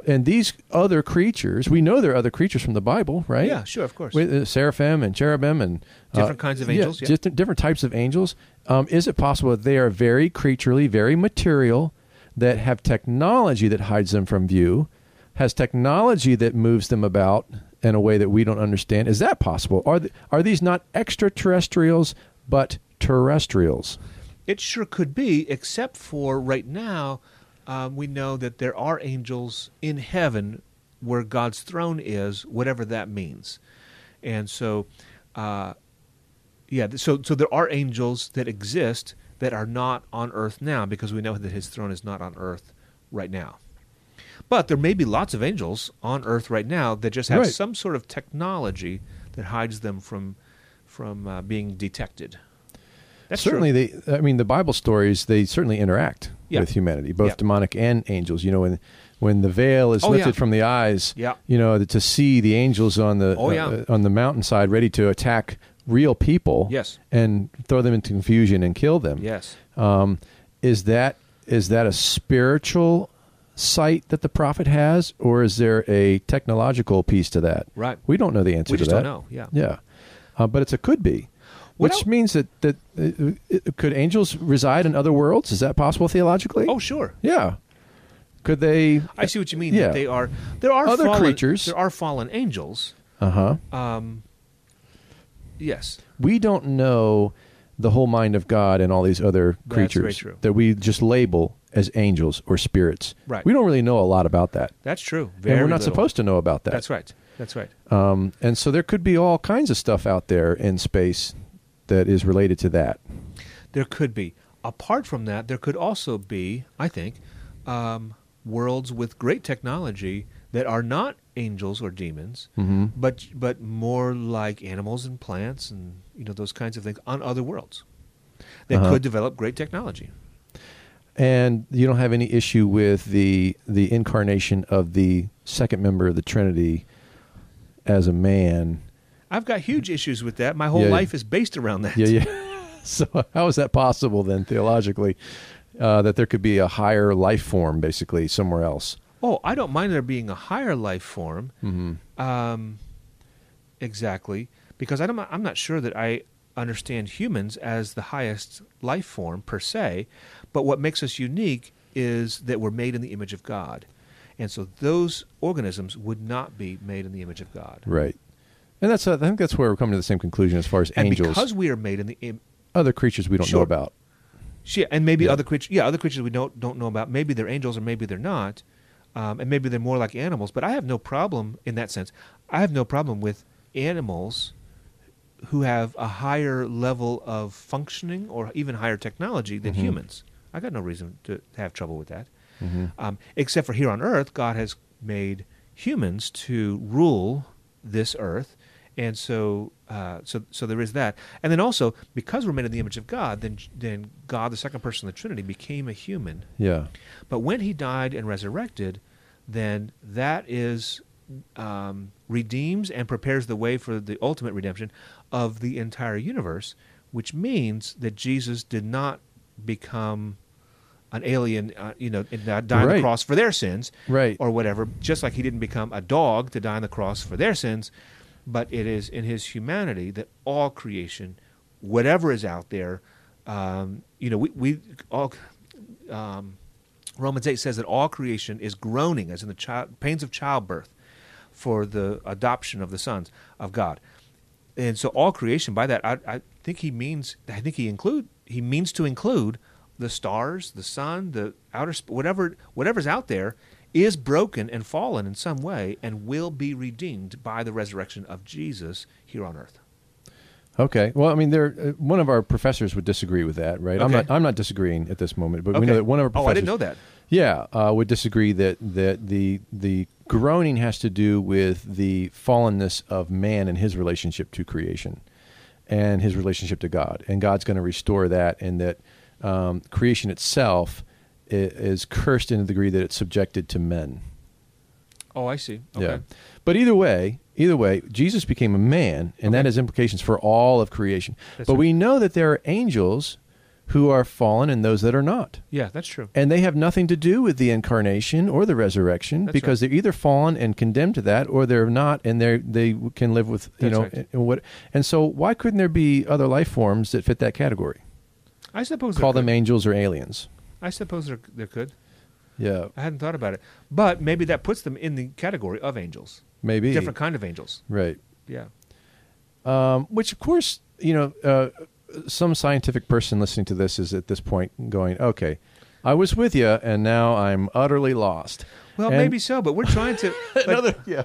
Speaker 1: And these other creatures, we know they're other creatures from the Bible, right?
Speaker 2: Yeah, sure, of course.
Speaker 1: With uh, seraphim and cherubim and
Speaker 2: Different kinds of
Speaker 1: Uh, yeah,
Speaker 2: angels, yeah.
Speaker 1: different- different types of angels. Um, is it possible that they are very creaturely, very material, that have technology that hides them from view, has technology that moves them about in a way that we don't understand? Is that possible? Are th- are these not extraterrestrials but terrestrials?
Speaker 2: It sure could be, except for right now, um, we know that there are angels in heaven where God's throne is, whatever that means. And so, uh, yeah, th- so, so there are angels that exist that are not on earth now because we know that his throne is not on earth right now. But there may be lots of angels on earth right now that just have
Speaker 1: Right.
Speaker 2: some sort of technology that hides them from, from uh, being detected. That's
Speaker 1: certainly, they. I mean, the Bible stories they certainly interact
Speaker 2: Yeah.
Speaker 1: with humanity, both
Speaker 2: Yeah.
Speaker 1: demonic and angels. You know, when when the veil is
Speaker 2: Oh,
Speaker 1: lifted
Speaker 2: yeah.
Speaker 1: from the eyes,
Speaker 2: Yeah.
Speaker 1: you know, to see the angels on the
Speaker 2: Oh, yeah.
Speaker 1: uh, on the mountainside, ready to attack real people,
Speaker 2: Yes.
Speaker 1: and throw them into confusion and kill them.
Speaker 2: Yes.
Speaker 1: Um, is that is that a spiritual sight that the prophet has, or is there a technological piece to that?
Speaker 2: Right.
Speaker 1: We don't know the answer
Speaker 2: We
Speaker 1: to
Speaker 2: just
Speaker 1: that.
Speaker 2: don't know. Yeah.
Speaker 1: Yeah, uh, but it's a could be,
Speaker 2: What
Speaker 1: which
Speaker 2: el-
Speaker 1: means that that uh, uh, could angels reside in other worlds? Is that possible theologically?
Speaker 2: Oh, sure.
Speaker 1: yeah. Could they?
Speaker 2: I see what you mean.
Speaker 1: Yeah.
Speaker 2: That they are there are
Speaker 1: Other
Speaker 2: fallen,
Speaker 1: creatures.
Speaker 2: There are fallen angels.
Speaker 1: Uh huh.
Speaker 2: Um, yes.
Speaker 1: we don't know the whole mind of God and all these other
Speaker 2: That's very
Speaker 1: creatures
Speaker 2: true.
Speaker 1: that we just label as angels or spirits.
Speaker 2: Right.
Speaker 1: We don't really know a lot about that,
Speaker 2: That's true.
Speaker 1: and
Speaker 2: Very
Speaker 1: we're not
Speaker 2: little.
Speaker 1: supposed to know about that.
Speaker 2: That's right. That's right.
Speaker 1: Um, and so there could be all kinds of stuff out there in space that is related to that.
Speaker 2: There could be. Apart from that, there could also be, I think, um, worlds with great technology that are not angels or demons,
Speaker 1: Mhm.
Speaker 2: but but more like animals and plants and you know those kinds of things on other worlds that
Speaker 1: Uh-huh.
Speaker 2: could develop great technology.
Speaker 1: And you don't have any issue with the the incarnation of the second member of the Trinity as a man.
Speaker 2: I've got huge issues with that. My whole
Speaker 1: Yeah, yeah.
Speaker 2: life is based around that.
Speaker 1: Yeah, yeah. so how is that possible then theologically? Uh, that there could be a higher life form basically somewhere else.
Speaker 2: Oh, I don't mind there being a higher life form.
Speaker 1: Mm-hmm.
Speaker 2: Um, exactly, because I don't, I'm not sure that I understand humans as the highest life form per se, but what makes us unique is that we're made in the image of God. And so those organisms would not be made in the image of God.
Speaker 1: Right. And that's I think that's where we're coming to the same conclusion as far as
Speaker 2: And
Speaker 1: angels,
Speaker 2: because we are made in the Im-
Speaker 1: other creatures we don't know
Speaker 2: Sure.
Speaker 1: about.
Speaker 2: She, and maybe
Speaker 1: Yeah.
Speaker 2: other creatures. Yeah, other creatures we don't don't know about. Maybe they're angels, or maybe they're not, um, and maybe they're more like animals. But I have no problem in that sense. I have no problem with animals who have a higher level of functioning or even higher technology than humans. I got no reason to have trouble with that, um, except for here on Earth, God has made humans to rule this Earth. And so, uh, so, so there is that, and then also because we're made in the image of God, then then God, the second person of the Trinity, became a human.
Speaker 1: Yeah.
Speaker 2: But when he died and resurrected, then that is um, redeems and prepares the way for the ultimate redemption of the entire universe, which means that Jesus did not become an alien, uh, you know, and not die on
Speaker 1: Right.
Speaker 2: the cross for their sins,
Speaker 1: Right.
Speaker 2: or whatever. Just like he didn't become a dog to die on the cross for their sins, but it is in his humanity that all creation, whatever is out there, um, you know, we, we all um, Romans 8 says that all creation is groaning, as in the child, pains of childbirth, for the adoption of the sons of God. And so, all creation, by that, I, I think he means, I think he include, he means to include the stars, the sun, the outer, sp- whatever, whatever's out there, is broken and fallen in some way, and will be redeemed by the resurrection of Jesus here on earth.
Speaker 1: Okay. Well, I mean, there uh, one of our professors would disagree with that, right? I'm
Speaker 2: Okay.
Speaker 1: not I'm not disagreeing at this moment, but we
Speaker 2: Okay.
Speaker 1: know that one of our
Speaker 2: Oh,
Speaker 1: professors
Speaker 2: I didn't know that.
Speaker 1: Yeah, uh, would disagree that that the the groaning has to do with the fallenness of man and his relationship to creation, and his relationship to God, and God's going to restore that, and that um, creation itself i- is cursed in the degree that it's subjected to men.
Speaker 2: Oh, I see. Okay.
Speaker 1: Yeah, but either way, either way, Jesus became a man, and that
Speaker 2: Okay.
Speaker 1: has implications for all of creation.
Speaker 2: That's
Speaker 1: but
Speaker 2: right.
Speaker 1: we know that there are angels who are fallen and those that are not
Speaker 2: Yeah, that's true.
Speaker 1: and they have nothing to do with the incarnation or the resurrection
Speaker 2: That's
Speaker 1: because they're either fallen and condemned to that or they're not and they they can live with you
Speaker 2: That's
Speaker 1: know
Speaker 2: right.
Speaker 1: and what and so why couldn't there be other life forms that fit that category
Speaker 2: I suppose there
Speaker 1: call them
Speaker 2: could.
Speaker 1: angels or aliens
Speaker 2: I suppose there, there could.
Speaker 1: yeah
Speaker 2: I hadn't thought about it, but maybe that puts them in the category of angels,
Speaker 1: maybe
Speaker 2: different kind of angels.
Speaker 1: right
Speaker 2: Yeah,
Speaker 1: um, which of course you know uh, some scientific person listening to this is at this point going okay i was with you and now i'm utterly lost
Speaker 2: well,
Speaker 1: And-
Speaker 2: maybe so, but we're trying to. but
Speaker 1: yeah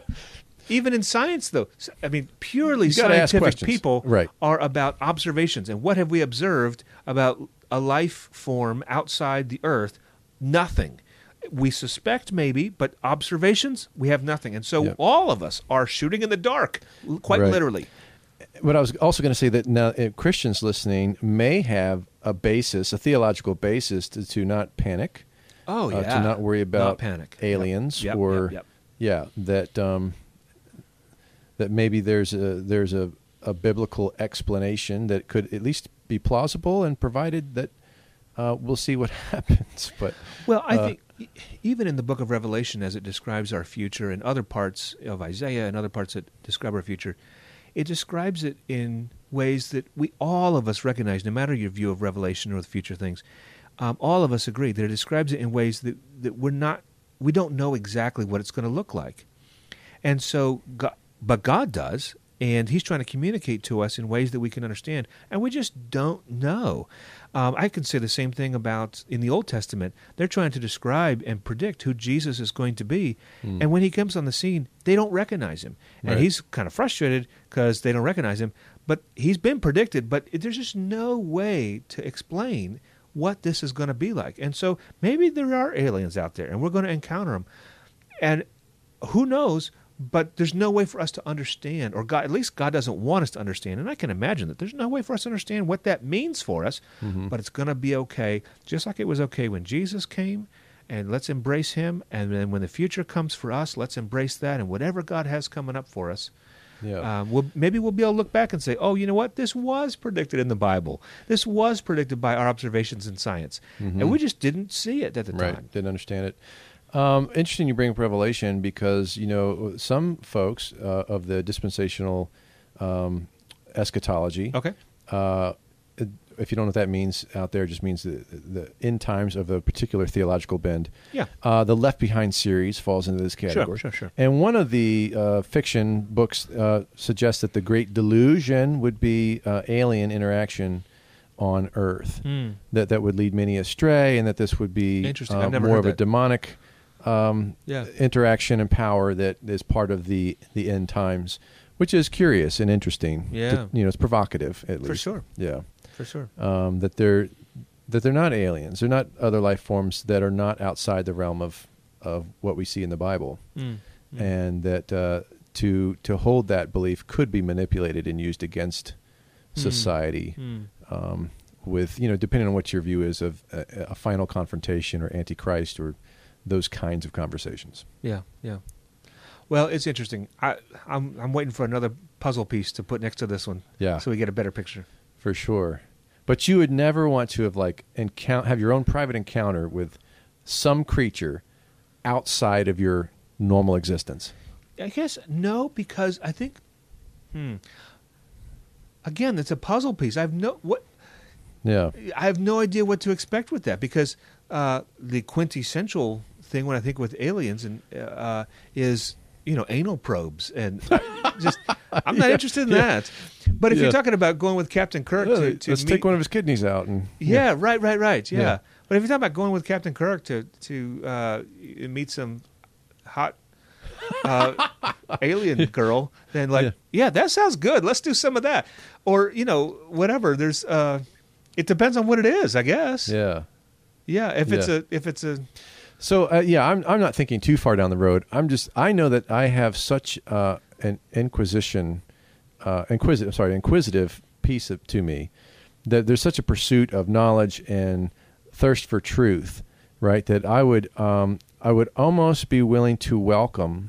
Speaker 2: even in science, though, s- I mean, purely
Speaker 1: You gotta ask
Speaker 2: scientific
Speaker 1: questions.
Speaker 2: people
Speaker 1: Right.
Speaker 2: are about observations and what have we observed about a life form outside the Earth? Nothing. We suspect maybe, but observations we have nothing, and so
Speaker 1: Yep.
Speaker 2: all of us are shooting in the dark, l- quite
Speaker 1: Right.
Speaker 2: literally.
Speaker 1: But I was also going to say that now if Christians listening may have a basis, a theological basis to, to not panic,
Speaker 2: Oh yeah.
Speaker 1: uh, to not worry about
Speaker 2: panic. Yep,
Speaker 1: aliens
Speaker 2: yep,
Speaker 1: or
Speaker 2: yep, yep.
Speaker 1: yeah that um, that maybe there's a there's a, a biblical explanation that could at least be plausible and provided that uh, we'll see what happens. But
Speaker 2: Well, I
Speaker 1: Uh,
Speaker 2: think e- even in the book of Revelation, as it describes our future, and other parts of Isaiah and other parts that describe our future, it describes it in ways that we all of us recognize, no matter your view of Revelation or the future things. Um, all of us agree that it describes it in ways that, that we're not, we don't know exactly what it's going to look like. And so, God, but God does, and He's trying to communicate to us in ways that we can understand, and we just don't know. Um, I can say the same thing about in the Old Testament. They're trying to describe and predict who Jesus is going to be, and when He comes on the scene, they don't recognize Him, and
Speaker 1: Right.
Speaker 2: He's kind of frustrated because they don't recognize Him. But He's been predicted, but there's just no way to explain what this is going to be like. And so maybe there are aliens out there, and we're going to encounter them and who knows but there's no way for us to understand or god at least god doesn't want us to understand and i can imagine that there's no way for us to understand what that means for us but it's going to be okay just like it was okay when jesus came and let's embrace him and then when the future comes for us let's embrace that and whatever god has coming up for us
Speaker 1: yeah,
Speaker 2: um, we'll, maybe we'll be able to look back and say, oh, you know what? This was predicted in the Bible. This was predicted by our observations in science. And we just didn't see it at the
Speaker 1: right,
Speaker 2: time.
Speaker 1: didn't understand it. Um, interesting you bring up Revelation because you know some folks uh, of the dispensational um, eschatology.
Speaker 2: Okay.
Speaker 1: uh, if you don't know what that means out there, it just means the, the end times of a particular theological bend.
Speaker 2: Yeah.
Speaker 1: Uh, the Left Behind series falls into this category.
Speaker 2: sure, sure.
Speaker 1: And one of the uh, fiction books uh, suggests that the Great Delusion would be uh, alien interaction on Earth.
Speaker 2: Hmm.
Speaker 1: That that would lead many astray, and that this would be
Speaker 2: Interesting.
Speaker 1: uh,
Speaker 2: I've never
Speaker 1: more
Speaker 2: heard
Speaker 1: of a
Speaker 2: that.
Speaker 1: demonic
Speaker 2: Yeah.
Speaker 1: interaction and power that is part of the the end times, which is curious and interesting.
Speaker 2: Yeah.
Speaker 1: To- you know, it's provocative at least.
Speaker 2: For sure.
Speaker 1: Yeah
Speaker 2: For sure.
Speaker 1: um, that they're that they're not aliens. They're not other life forms that are not outside the realm of of what we see in the Bible,
Speaker 2: Mm.
Speaker 1: and that uh, to to hold that belief could be manipulated and used against society
Speaker 2: Mm.
Speaker 1: um, with you know depending on what your view is of a, a final confrontation or antichrist or those kinds of conversations.
Speaker 2: Yeah, yeah. Well, it's interesting. I, I'm I'm waiting for another puzzle piece to put next to this one.
Speaker 1: Yeah.
Speaker 2: So we get a better picture.
Speaker 1: for sure. But you would never want to have like encounter have your own private encounter with some creature outside of your normal existence.
Speaker 2: I guess no, because I think, hmm. Again, it's a puzzle piece. I've no what
Speaker 1: Yeah,
Speaker 2: I have no idea what to expect with that because uh, the quintessential thing when I think with aliens and uh, is you know anal probes and just I'm not interested in that. But if
Speaker 1: Yeah.
Speaker 2: you're talking about going with Captain Kirk to, to
Speaker 1: let's
Speaker 2: meet,
Speaker 1: take one of his kidneys out and
Speaker 2: Yeah, right, right, right. Yeah.
Speaker 1: Yeah.
Speaker 2: But if you're talking about going with Captain Kirk to to uh, y- meet some hot uh, alien girl, then like,
Speaker 1: Yeah.
Speaker 2: yeah. that sounds good. Let's do some of that, or you know, whatever. There's, uh, it depends on what it is, I guess. Yeah.
Speaker 1: yeah.
Speaker 2: if it's
Speaker 1: Yeah.
Speaker 2: a, if it's a,
Speaker 1: So uh, yeah, I'm I'm not thinking too far down the road. I'm just I know that I have such uh, an inquisition, uh, inquisitive sorry inquisitive piece of, to me that there's such a pursuit of knowledge and thirst for truth, right? That I would um, I would almost be willing to welcome.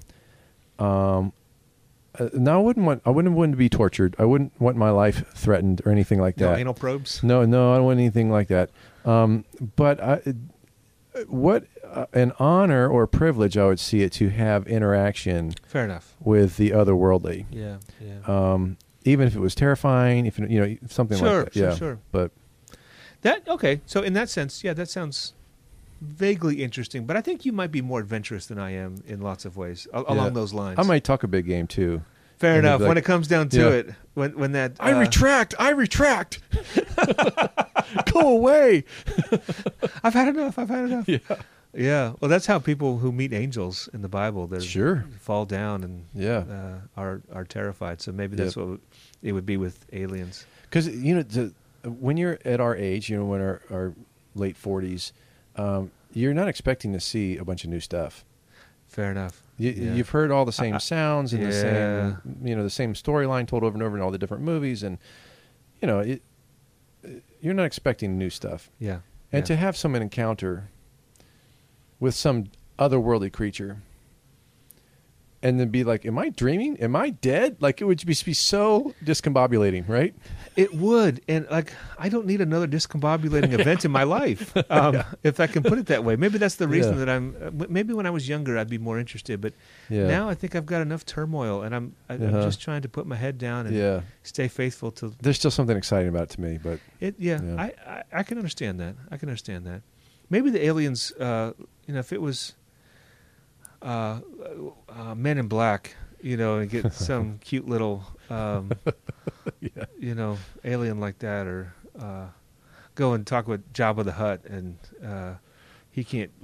Speaker 1: Um, uh, no, I wouldn't want I wouldn't want to be tortured. I wouldn't want my life threatened or anything like
Speaker 2: no,
Speaker 1: that. Mm.
Speaker 2: anal probes.
Speaker 1: No, no, I don't want anything like that. Um, but I, what uh, an honor or privilege I would see it to have interaction
Speaker 2: Fair enough.
Speaker 1: with the otherworldly,
Speaker 2: Yeah, yeah.
Speaker 1: um, even if it was terrifying, if you know something
Speaker 2: Sure,
Speaker 1: like that.
Speaker 2: sure,
Speaker 1: yeah,
Speaker 2: sure.
Speaker 1: But
Speaker 2: That okay. So in that sense, yeah, that sounds vaguely interesting. But I think you might be more adventurous than I am in lots of ways a- along
Speaker 1: Yeah.
Speaker 2: those lines.
Speaker 1: I might talk a big game too.
Speaker 2: Fair
Speaker 1: And they'd
Speaker 2: enough.
Speaker 1: be
Speaker 2: when
Speaker 1: like,
Speaker 2: it comes down to
Speaker 1: "Yeah."
Speaker 2: it, when when that uh,
Speaker 1: retract. I retract. Go away.
Speaker 2: I've had enough. I've had enough. Yeah. Well, that's how people who meet angels in the Bible they
Speaker 1: Sure.
Speaker 2: fall down and
Speaker 1: Yeah.
Speaker 2: uh, are are terrified. So maybe that's what it would be with aliens.
Speaker 1: Because you know, the, when you're at our age, you know, when our, our late forties, um, you're not expecting to see a bunch of new stuff.
Speaker 2: Fair enough.
Speaker 1: You,
Speaker 2: Yeah.
Speaker 1: You've heard all the same
Speaker 2: I-
Speaker 1: sounds and
Speaker 2: Yeah.
Speaker 1: the same, you know, the same storyline told over and over in all the different movies, and you know, it, you're not expecting new stuff.
Speaker 2: Yeah.
Speaker 1: And
Speaker 2: yeah.
Speaker 1: to have some encounter with some otherworldly creature, and then be like, "Am I dreaming? Am I dead?" Like it would just be so discombobulating, right?
Speaker 2: It would, and like I don't need another discombobulating event in my life, um, if I can put it that way. Maybe that's the reason
Speaker 1: Yeah.
Speaker 2: that I'm. uh, w- Maybe when I was younger, I'd be more interested, but
Speaker 1: Yeah.
Speaker 2: now I think I've got enough turmoil, and I'm I, I'm
Speaker 1: Uh-huh.
Speaker 2: just trying to put my head down and
Speaker 1: yeah,
Speaker 2: stay faithful to
Speaker 1: there's still something exciting about it to me, but
Speaker 2: it. Yeah,
Speaker 1: Yeah.
Speaker 2: I, I I can understand that. I can understand that. Maybe the aliens, uh, you know, if it was uh, uh, Men in Black, you know, and get some cute little. Um,
Speaker 1: yeah,
Speaker 2: you know, alien like that, or uh, go and talk with Jabba the Hutt, and uh, he can't.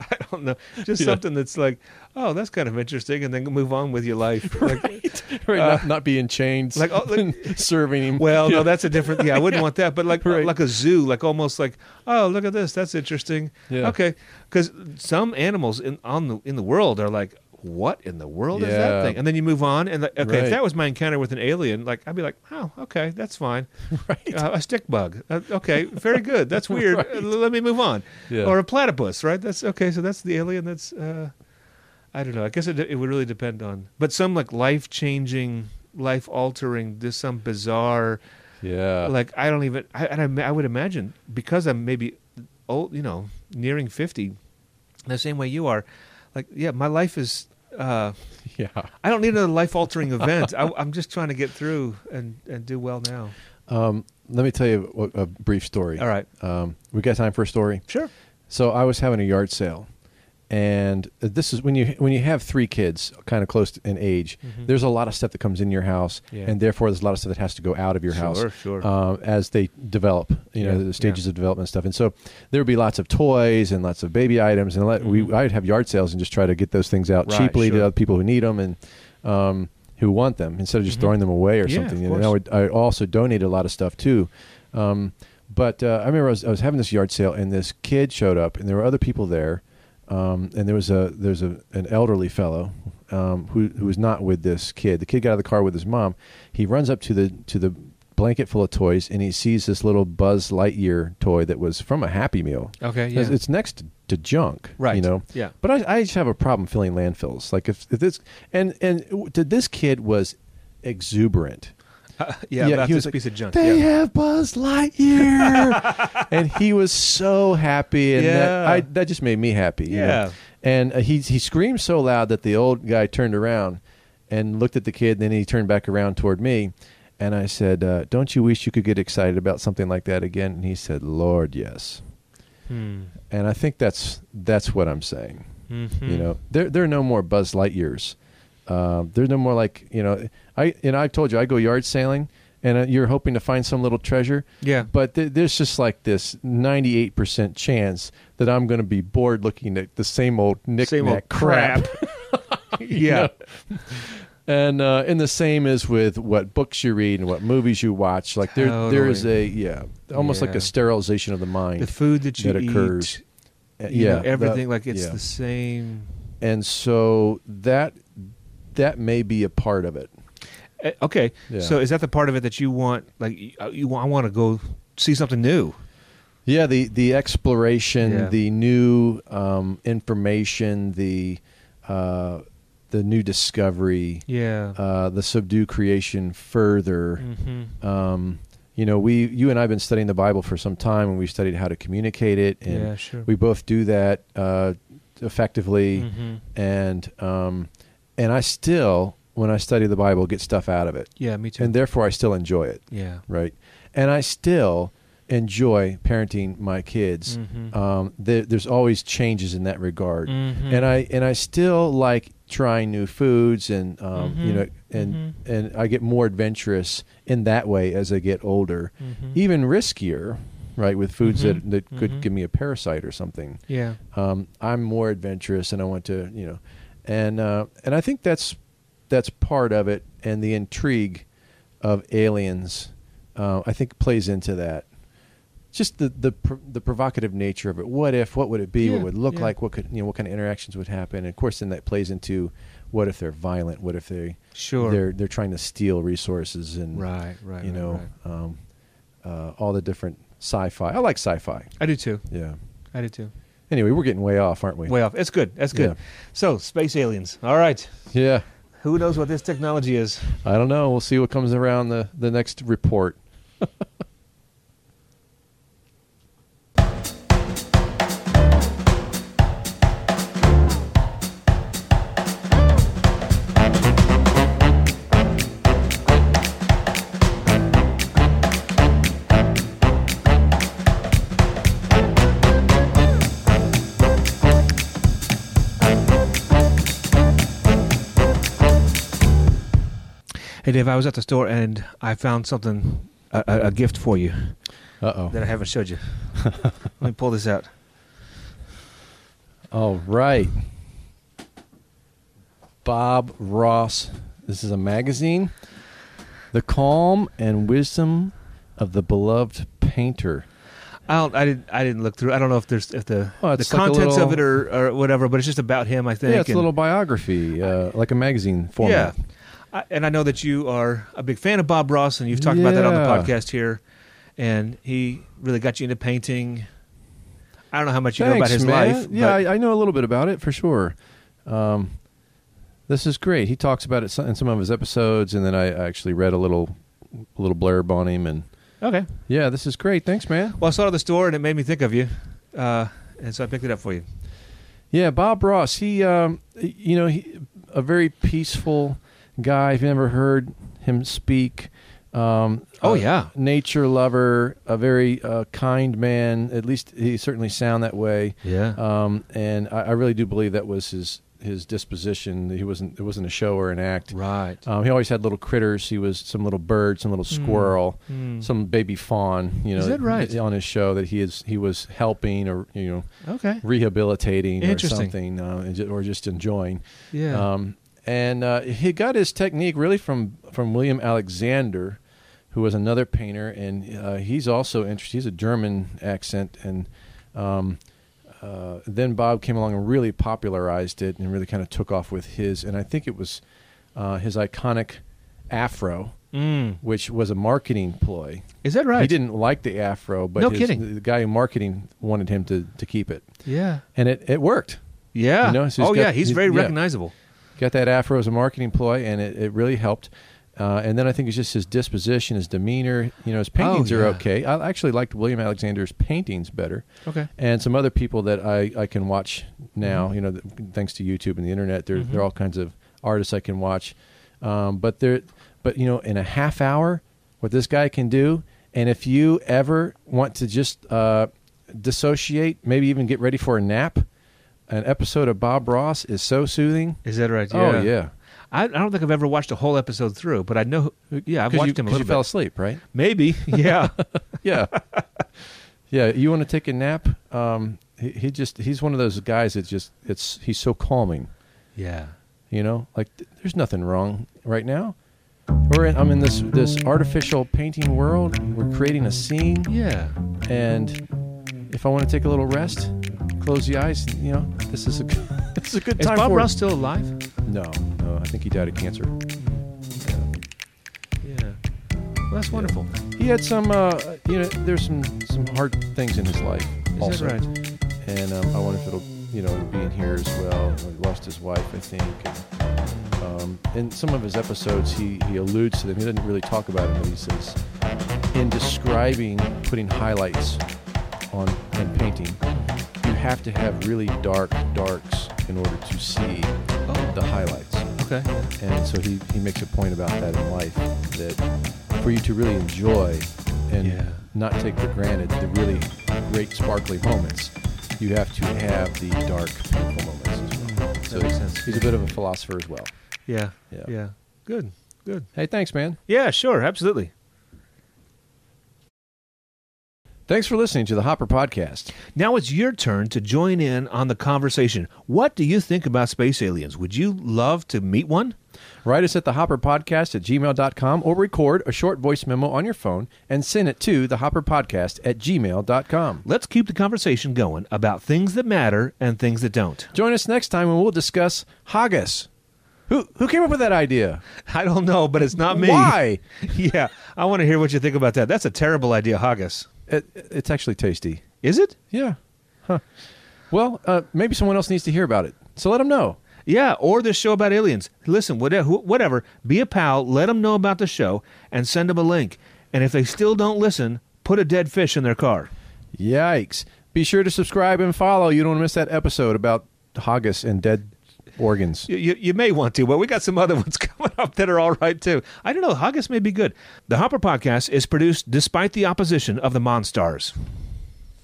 Speaker 2: I don't know, just
Speaker 1: Yeah.
Speaker 2: something that's like, oh, that's kind of interesting, and then move on with your life. Like,
Speaker 1: right,
Speaker 2: Uh,
Speaker 1: not, not be in chains,
Speaker 2: like, oh, like-
Speaker 1: and serving him.
Speaker 2: well,
Speaker 1: Yeah.
Speaker 2: no, that's a different. Yeah, I wouldn't want that, but like, uh,
Speaker 1: Right.
Speaker 2: like a zoo, like almost like, oh, look at this, that's interesting.
Speaker 1: Yeah.
Speaker 2: Okay, because some animals in on the in the world are like. What in the world is
Speaker 1: Yeah.
Speaker 2: that thing? And then you move on, and like, okay, if
Speaker 1: Right.
Speaker 2: that was my encounter with an alien, like I'd be like, oh, okay, that's fine.
Speaker 1: right,
Speaker 2: uh, a stick bug. Uh, okay, very good. That's weird.
Speaker 1: Right.
Speaker 2: Uh, let me move on.
Speaker 1: Yeah.
Speaker 2: Or a platypus, right? That's okay. So that's the alien. That's uh, I don't know. I guess it, it would really depend on. But some like life changing, life altering, this some bizarre.
Speaker 1: yeah,
Speaker 2: like I don't even. I, and I, ma- I would imagine because I'm maybe old, you know, nearing fifty, the same way you are. Like yeah, my life is. Uh,
Speaker 1: yeah.
Speaker 2: I don't need another life altering event. I, I'm just trying to get through and, and do well now.
Speaker 1: Um, let me tell you a, a brief story.
Speaker 2: All right.
Speaker 1: Um, we got time for a story.
Speaker 2: Sure.
Speaker 1: So I was having a yard sale, and uh, this is when you when you have three kids, kind of close in age.
Speaker 2: Mhm.
Speaker 1: There's a lot of stuff that comes in your house,
Speaker 2: Yeah.
Speaker 1: and therefore there's a lot of stuff that has to go out of your house
Speaker 2: Sure, sure.
Speaker 1: uh, as they develop. You know,
Speaker 2: Yeah,
Speaker 1: the stages of development and stuff. And so there would be lots of toys and lots of baby items, and let, we I'd have yard sales and just try to get those things out
Speaker 2: Mm-hmm. Right,
Speaker 1: cheaply
Speaker 2: sure.
Speaker 1: to other people who need them and. Um, who want them instead of just
Speaker 2: Mhm.
Speaker 1: throwing them away or
Speaker 2: Yeah,
Speaker 1: something?
Speaker 2: of
Speaker 1: And I
Speaker 2: course.
Speaker 1: would I also donated a lot of stuff too. Um, but uh, I remember I was, I was having this yard sale, and this kid showed up, and there were other people there, um, and there was a there's a an elderly fellow um, who who was not with this kid. The kid got out of the car with his mom. He runs up to the to the blanket full of toys, and he sees this little Buzz Lightyear toy that was from a Happy Meal.
Speaker 2: Okay. Oh, Yeah.
Speaker 1: It's- It's next to, to junk,
Speaker 2: right.
Speaker 1: You know,
Speaker 2: Yeah.
Speaker 1: but I, I just have a problem filling landfills. Like if, if this and and w- to this kid was exuberant.
Speaker 2: yeah. About
Speaker 1: he
Speaker 2: this
Speaker 1: was like,
Speaker 2: piece of junk.
Speaker 1: They
Speaker 2: yeah.
Speaker 1: have Buzz Lightyear, and he was so happy, and that,
Speaker 2: Yeah.
Speaker 1: I, that just made me happy. you know?
Speaker 2: Yeah.
Speaker 1: and uh, he he screamed so loud that the old guy turned around and looked at the kid, and then he turned back around toward me, and I said, uh, "Don't you wish you could get excited about something like that again?" And he said, "Lord, yes."
Speaker 2: Hmm.
Speaker 1: And I think that's that's what I'm saying.
Speaker 2: Mhm.
Speaker 1: You know, there there are no more Buzz Lightyears. Um, there's no more like you know. I and I've told you I go yard sailing, and uh, you're hoping to find some little treasure.
Speaker 2: Yeah.
Speaker 1: But th- there's just like this 98% chance that I'm going to be bored looking at the same old knick
Speaker 2: Same old
Speaker 1: crap.
Speaker 2: yeah.
Speaker 1: And uh, and the same is with what books you read and what movies you watch. Like there there is a
Speaker 2: Totally.
Speaker 1: yeah, almost like
Speaker 2: Yeah.
Speaker 1: a sterilization of the mind.
Speaker 2: The food that you
Speaker 1: That occurs.
Speaker 2: eat.
Speaker 1: Uh,
Speaker 2: You know,
Speaker 1: that-
Speaker 2: everything like it's
Speaker 1: yeah.
Speaker 2: the same.
Speaker 1: And so that that may be a part of it.
Speaker 2: Uh, okay.
Speaker 1: Yeah.
Speaker 2: So is that the part of it that you want? Like you, uh, you want, I want to go see something new.
Speaker 1: Yeah, the the exploration,
Speaker 2: Yeah.
Speaker 1: the new um, information, the uh, the new discovery.
Speaker 2: Yeah.
Speaker 1: uh, the subdue creation further.
Speaker 2: mm-hmm.
Speaker 1: Um, you know, we, you and I have been studying the Bible for some time, and we've studied how to communicate it, and
Speaker 2: Yeah. Sure.
Speaker 1: we both do that uh, effectively.
Speaker 2: Mhm.
Speaker 1: And um, and I still, when I study the Bible, get stuff out of it,
Speaker 2: Yeah. Me too.
Speaker 1: and therefore I still enjoy it,
Speaker 2: yeah.
Speaker 1: right? And I still enjoy parenting my kids.
Speaker 2: Mhm.
Speaker 1: Um, there, there's always changes in that regard
Speaker 2: Mhm.
Speaker 1: and I and I still like trying new foods and um,
Speaker 2: Mhm.
Speaker 1: you know and
Speaker 2: Mhm.
Speaker 1: and I get more adventurous in that way as I get older,
Speaker 2: Mhm.
Speaker 1: even riskier, right? With foods that
Speaker 2: Mhm.
Speaker 1: that could
Speaker 2: Mhm.
Speaker 1: give me a parasite or something.
Speaker 2: Yeah.
Speaker 1: Um, I'm more adventurous, and I want to you know, and uh, and I think that's that's part of it, and the intrigue of aliens, uh, I think plays into that. just the the pr- the provocative nature of it. What if? What would it be?
Speaker 2: Yeah,
Speaker 1: what would it look
Speaker 2: yeah.
Speaker 1: like? What could you know? What kind of interactions would happen? And of course, then that plays into what if they're violent? What if they
Speaker 2: Sure.
Speaker 1: they're they're trying to steal resources and
Speaker 2: right, right.
Speaker 1: you
Speaker 2: right,
Speaker 1: know
Speaker 2: right.
Speaker 1: Um, uh, all the different sci-fi. I like sci-fi.
Speaker 2: I do too.
Speaker 1: Yeah.
Speaker 2: I do too.
Speaker 1: Anyway, we're getting way off, aren't we?
Speaker 2: Way off. That's good. That's good.
Speaker 1: Yeah.
Speaker 2: So space aliens. All right.
Speaker 1: Yeah.
Speaker 2: Who knows what this technology is?
Speaker 1: I don't know. We'll see what comes around the the next report.
Speaker 2: Hey Dave, I was at the store and I found something, a, a, a gift for you
Speaker 1: Uh oh.
Speaker 2: that I haven't showed you. Let me pull this out.
Speaker 1: All right. Bob Ross. This is a magazine. The calm and wisdom of the beloved painter.
Speaker 2: I don't. I didn't. I didn't look through. I don't know if there's if the
Speaker 1: Oh,
Speaker 2: the
Speaker 1: it's like a
Speaker 2: contents of
Speaker 1: little-
Speaker 2: it or, or whatever, but it's just about him. I think.
Speaker 1: Yeah, it's a
Speaker 2: and-
Speaker 1: little biography, uh, like a magazine format.
Speaker 2: Yeah. I, and I know that you are a big fan of Bob Ross, and you've talked about that on the
Speaker 1: Yeah.
Speaker 2: podcast here. And he really got you into painting. I don't know how much you know about
Speaker 1: Thanks,
Speaker 2: his
Speaker 1: man.
Speaker 2: life.
Speaker 1: Yeah,
Speaker 2: but
Speaker 1: I, I know a little bit about it for sure. Um, this is great. He talks about it so- in some of his episodes, and then I I actually read a little, a little blurb on him. And
Speaker 2: okay.
Speaker 1: yeah, this is great. Thanks, man.
Speaker 2: Well, I saw it at the store, and it made me think of you, uh, and so I picked it up for you.
Speaker 1: Yeah, Bob Ross. He, um, you know, he, a very peaceful guy. If you ever heard him speak, um,
Speaker 2: Oh,
Speaker 1: a
Speaker 2: yeah.
Speaker 1: nature lover, a very uh, kind man. At least he certainly sound that way.
Speaker 2: Yeah.
Speaker 1: Um, and I, I really do believe that was his his disposition. He wasn't it wasn't a show or an act.
Speaker 2: right.
Speaker 1: Um, he always had little critters. He was some little bird, some little squirrel,
Speaker 2: Mm.
Speaker 1: some baby fawn. You know,
Speaker 2: Is that right?
Speaker 1: On his show, that he is he was helping or you know
Speaker 2: Okay.
Speaker 1: rehabilitating or
Speaker 2: Interesting.
Speaker 1: something, uh, and ju- or just enjoying.
Speaker 2: Yeah.
Speaker 1: Um, and uh, he got his technique really from from William Alexander, who was another painter, and uh, he's also interesting. He's a German accent, and um, uh, then Bob came along and really popularized it, and really kind of took off with his. And I think it was uh, his iconic afro,
Speaker 2: Mm.
Speaker 1: which was a marketing ploy.
Speaker 2: Is that right?
Speaker 1: He didn't like the afro, but
Speaker 2: No
Speaker 1: his-
Speaker 2: kidding.
Speaker 1: the guy in marketing wanted him to, to keep it
Speaker 2: Yeah.
Speaker 1: and it, it worked.
Speaker 2: Yeah.
Speaker 1: You know, so he's
Speaker 2: oh,
Speaker 1: got-
Speaker 2: yeah. He's,
Speaker 1: he's-
Speaker 2: very
Speaker 1: yeah.
Speaker 2: recognizable.
Speaker 1: Got that afro as a marketing ploy, and it, it really helped. Uh, and then I think it's just his disposition, his demeanor. You know, his paintings are
Speaker 2: Oh, yeah.
Speaker 1: okay. I actually liked William Alexander's paintings better,
Speaker 2: Okay. Mm-hmm.
Speaker 1: and some other people that I, I can watch now. You know, th- thanks to YouTube and the internet, there there are all kinds of artists I can watch. Um, but there, but you know, in a half hour, what this guy can do, and if you ever want to just uh, dissociate, maybe even get ready for a nap, an episode of Bob Ross is so soothing.
Speaker 2: Is that right?
Speaker 1: Oh yeah,
Speaker 2: I, I don't think I've ever watched a whole episode through, but I know. Yeah, I've
Speaker 1: 'Cause
Speaker 2: watched
Speaker 1: you,
Speaker 2: him a
Speaker 1: 'cause
Speaker 2: little
Speaker 1: you
Speaker 2: bit.
Speaker 1: fell asleep, right?
Speaker 2: Maybe. Yeah.
Speaker 1: Yeah, yeah. You want to take a nap? Um, he, he just he's one of those guys that just it's he's so calming.
Speaker 2: yeah.
Speaker 1: You know, like th- there's nothing wrong right now. We're in, I'm in this this artificial painting world. We're creating a scene,
Speaker 2: Yeah.
Speaker 1: and if I want to take a little rest, close the eyes. You know, this is a g- this is a good
Speaker 2: Is
Speaker 1: time
Speaker 2: Bob
Speaker 1: for
Speaker 2: Ross still alive? Hmm.
Speaker 1: No, no. I think he died of cancer.
Speaker 2: Yeah. Well, that's wonderful.
Speaker 1: He had some, uh, you know, there's some some hard things in his life.
Speaker 2: Is
Speaker 1: also.
Speaker 2: that right?
Speaker 1: and um, I wonder if it'll you know it'll be in here as well. He lost his wife, I think. And, um, in some of his episodes, he he alludes to them. He doesn't really talk about them, but he says in describing putting highlights on and painting, you have to have really dark darks in order to see the highlights.
Speaker 2: Oh, Okay. Hmm.
Speaker 1: And so he, he makes a point about that in life that for you to really enjoy and
Speaker 2: Yeah.
Speaker 1: not take for granted the really great sparkly moments, you have to have the dark painful moments as well. so
Speaker 2: makes
Speaker 1: he's-
Speaker 2: sense.
Speaker 1: he's a bit of a philosopher as well.
Speaker 2: Yeah. Yeah.
Speaker 1: Yeah.
Speaker 2: Good. Good.
Speaker 1: Hey, thanks, man.
Speaker 2: Yeah. Sure. Absolutely.
Speaker 1: Thanks for listening to the Hopper Podcast.
Speaker 2: Now it's your turn to join in on the conversation. What do you think about space aliens? Would you love to meet one?
Speaker 1: Write us at the Hopper Podcast at gmail.com or record a short voice memo on your phone and send it to the Hopper Podcast at gmail.com.
Speaker 2: Let's keep the conversation going about things that matter and things that don't.
Speaker 1: Join us next time when we'll discuss haggis. Who, who came up with that idea?
Speaker 2: I don't know, but it's not me.
Speaker 1: Why?
Speaker 2: Yeah, I want to hear what you think about that. That's a terrible idea, Haggis.
Speaker 1: It, it's actually tasty.
Speaker 2: Is it?
Speaker 1: Yeah. Huh. Well, uh, maybe someone else needs to hear about it. So let them know.
Speaker 2: Yeah, or this show about aliens. Listen, whatever, whatever, be a pal, let them know about the show, and send them a link. And if they still don't listen, put a dead fish in their car.
Speaker 1: Yikes. Be sure to subscribe and follow. You don't want to miss that episode about haggis and dead organs.
Speaker 2: You, you, you may want to, but we got some other ones coming up that are all right, too. I don't know, Haggis may be good. The Hopper Podcast is produced despite the opposition of the Monstars.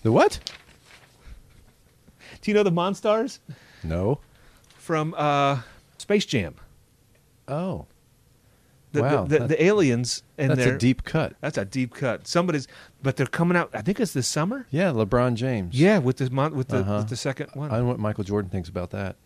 Speaker 1: The what?
Speaker 2: Do you know the Monstars?
Speaker 1: No.
Speaker 2: From uh, Space Jam.
Speaker 1: Oh.
Speaker 2: The,
Speaker 1: Wow,
Speaker 2: the, the,
Speaker 1: that-
Speaker 2: the aliens and
Speaker 1: That's
Speaker 2: their
Speaker 1: a deep cut.
Speaker 2: That's a deep cut. Somebody's, but they're coming out. I think it's this summer.
Speaker 1: Yeah, LeBron James.
Speaker 2: Yeah, with the mon- with the
Speaker 1: Uh-huh.
Speaker 2: with the second one.
Speaker 1: I don't know what Michael Jordan thinks about that.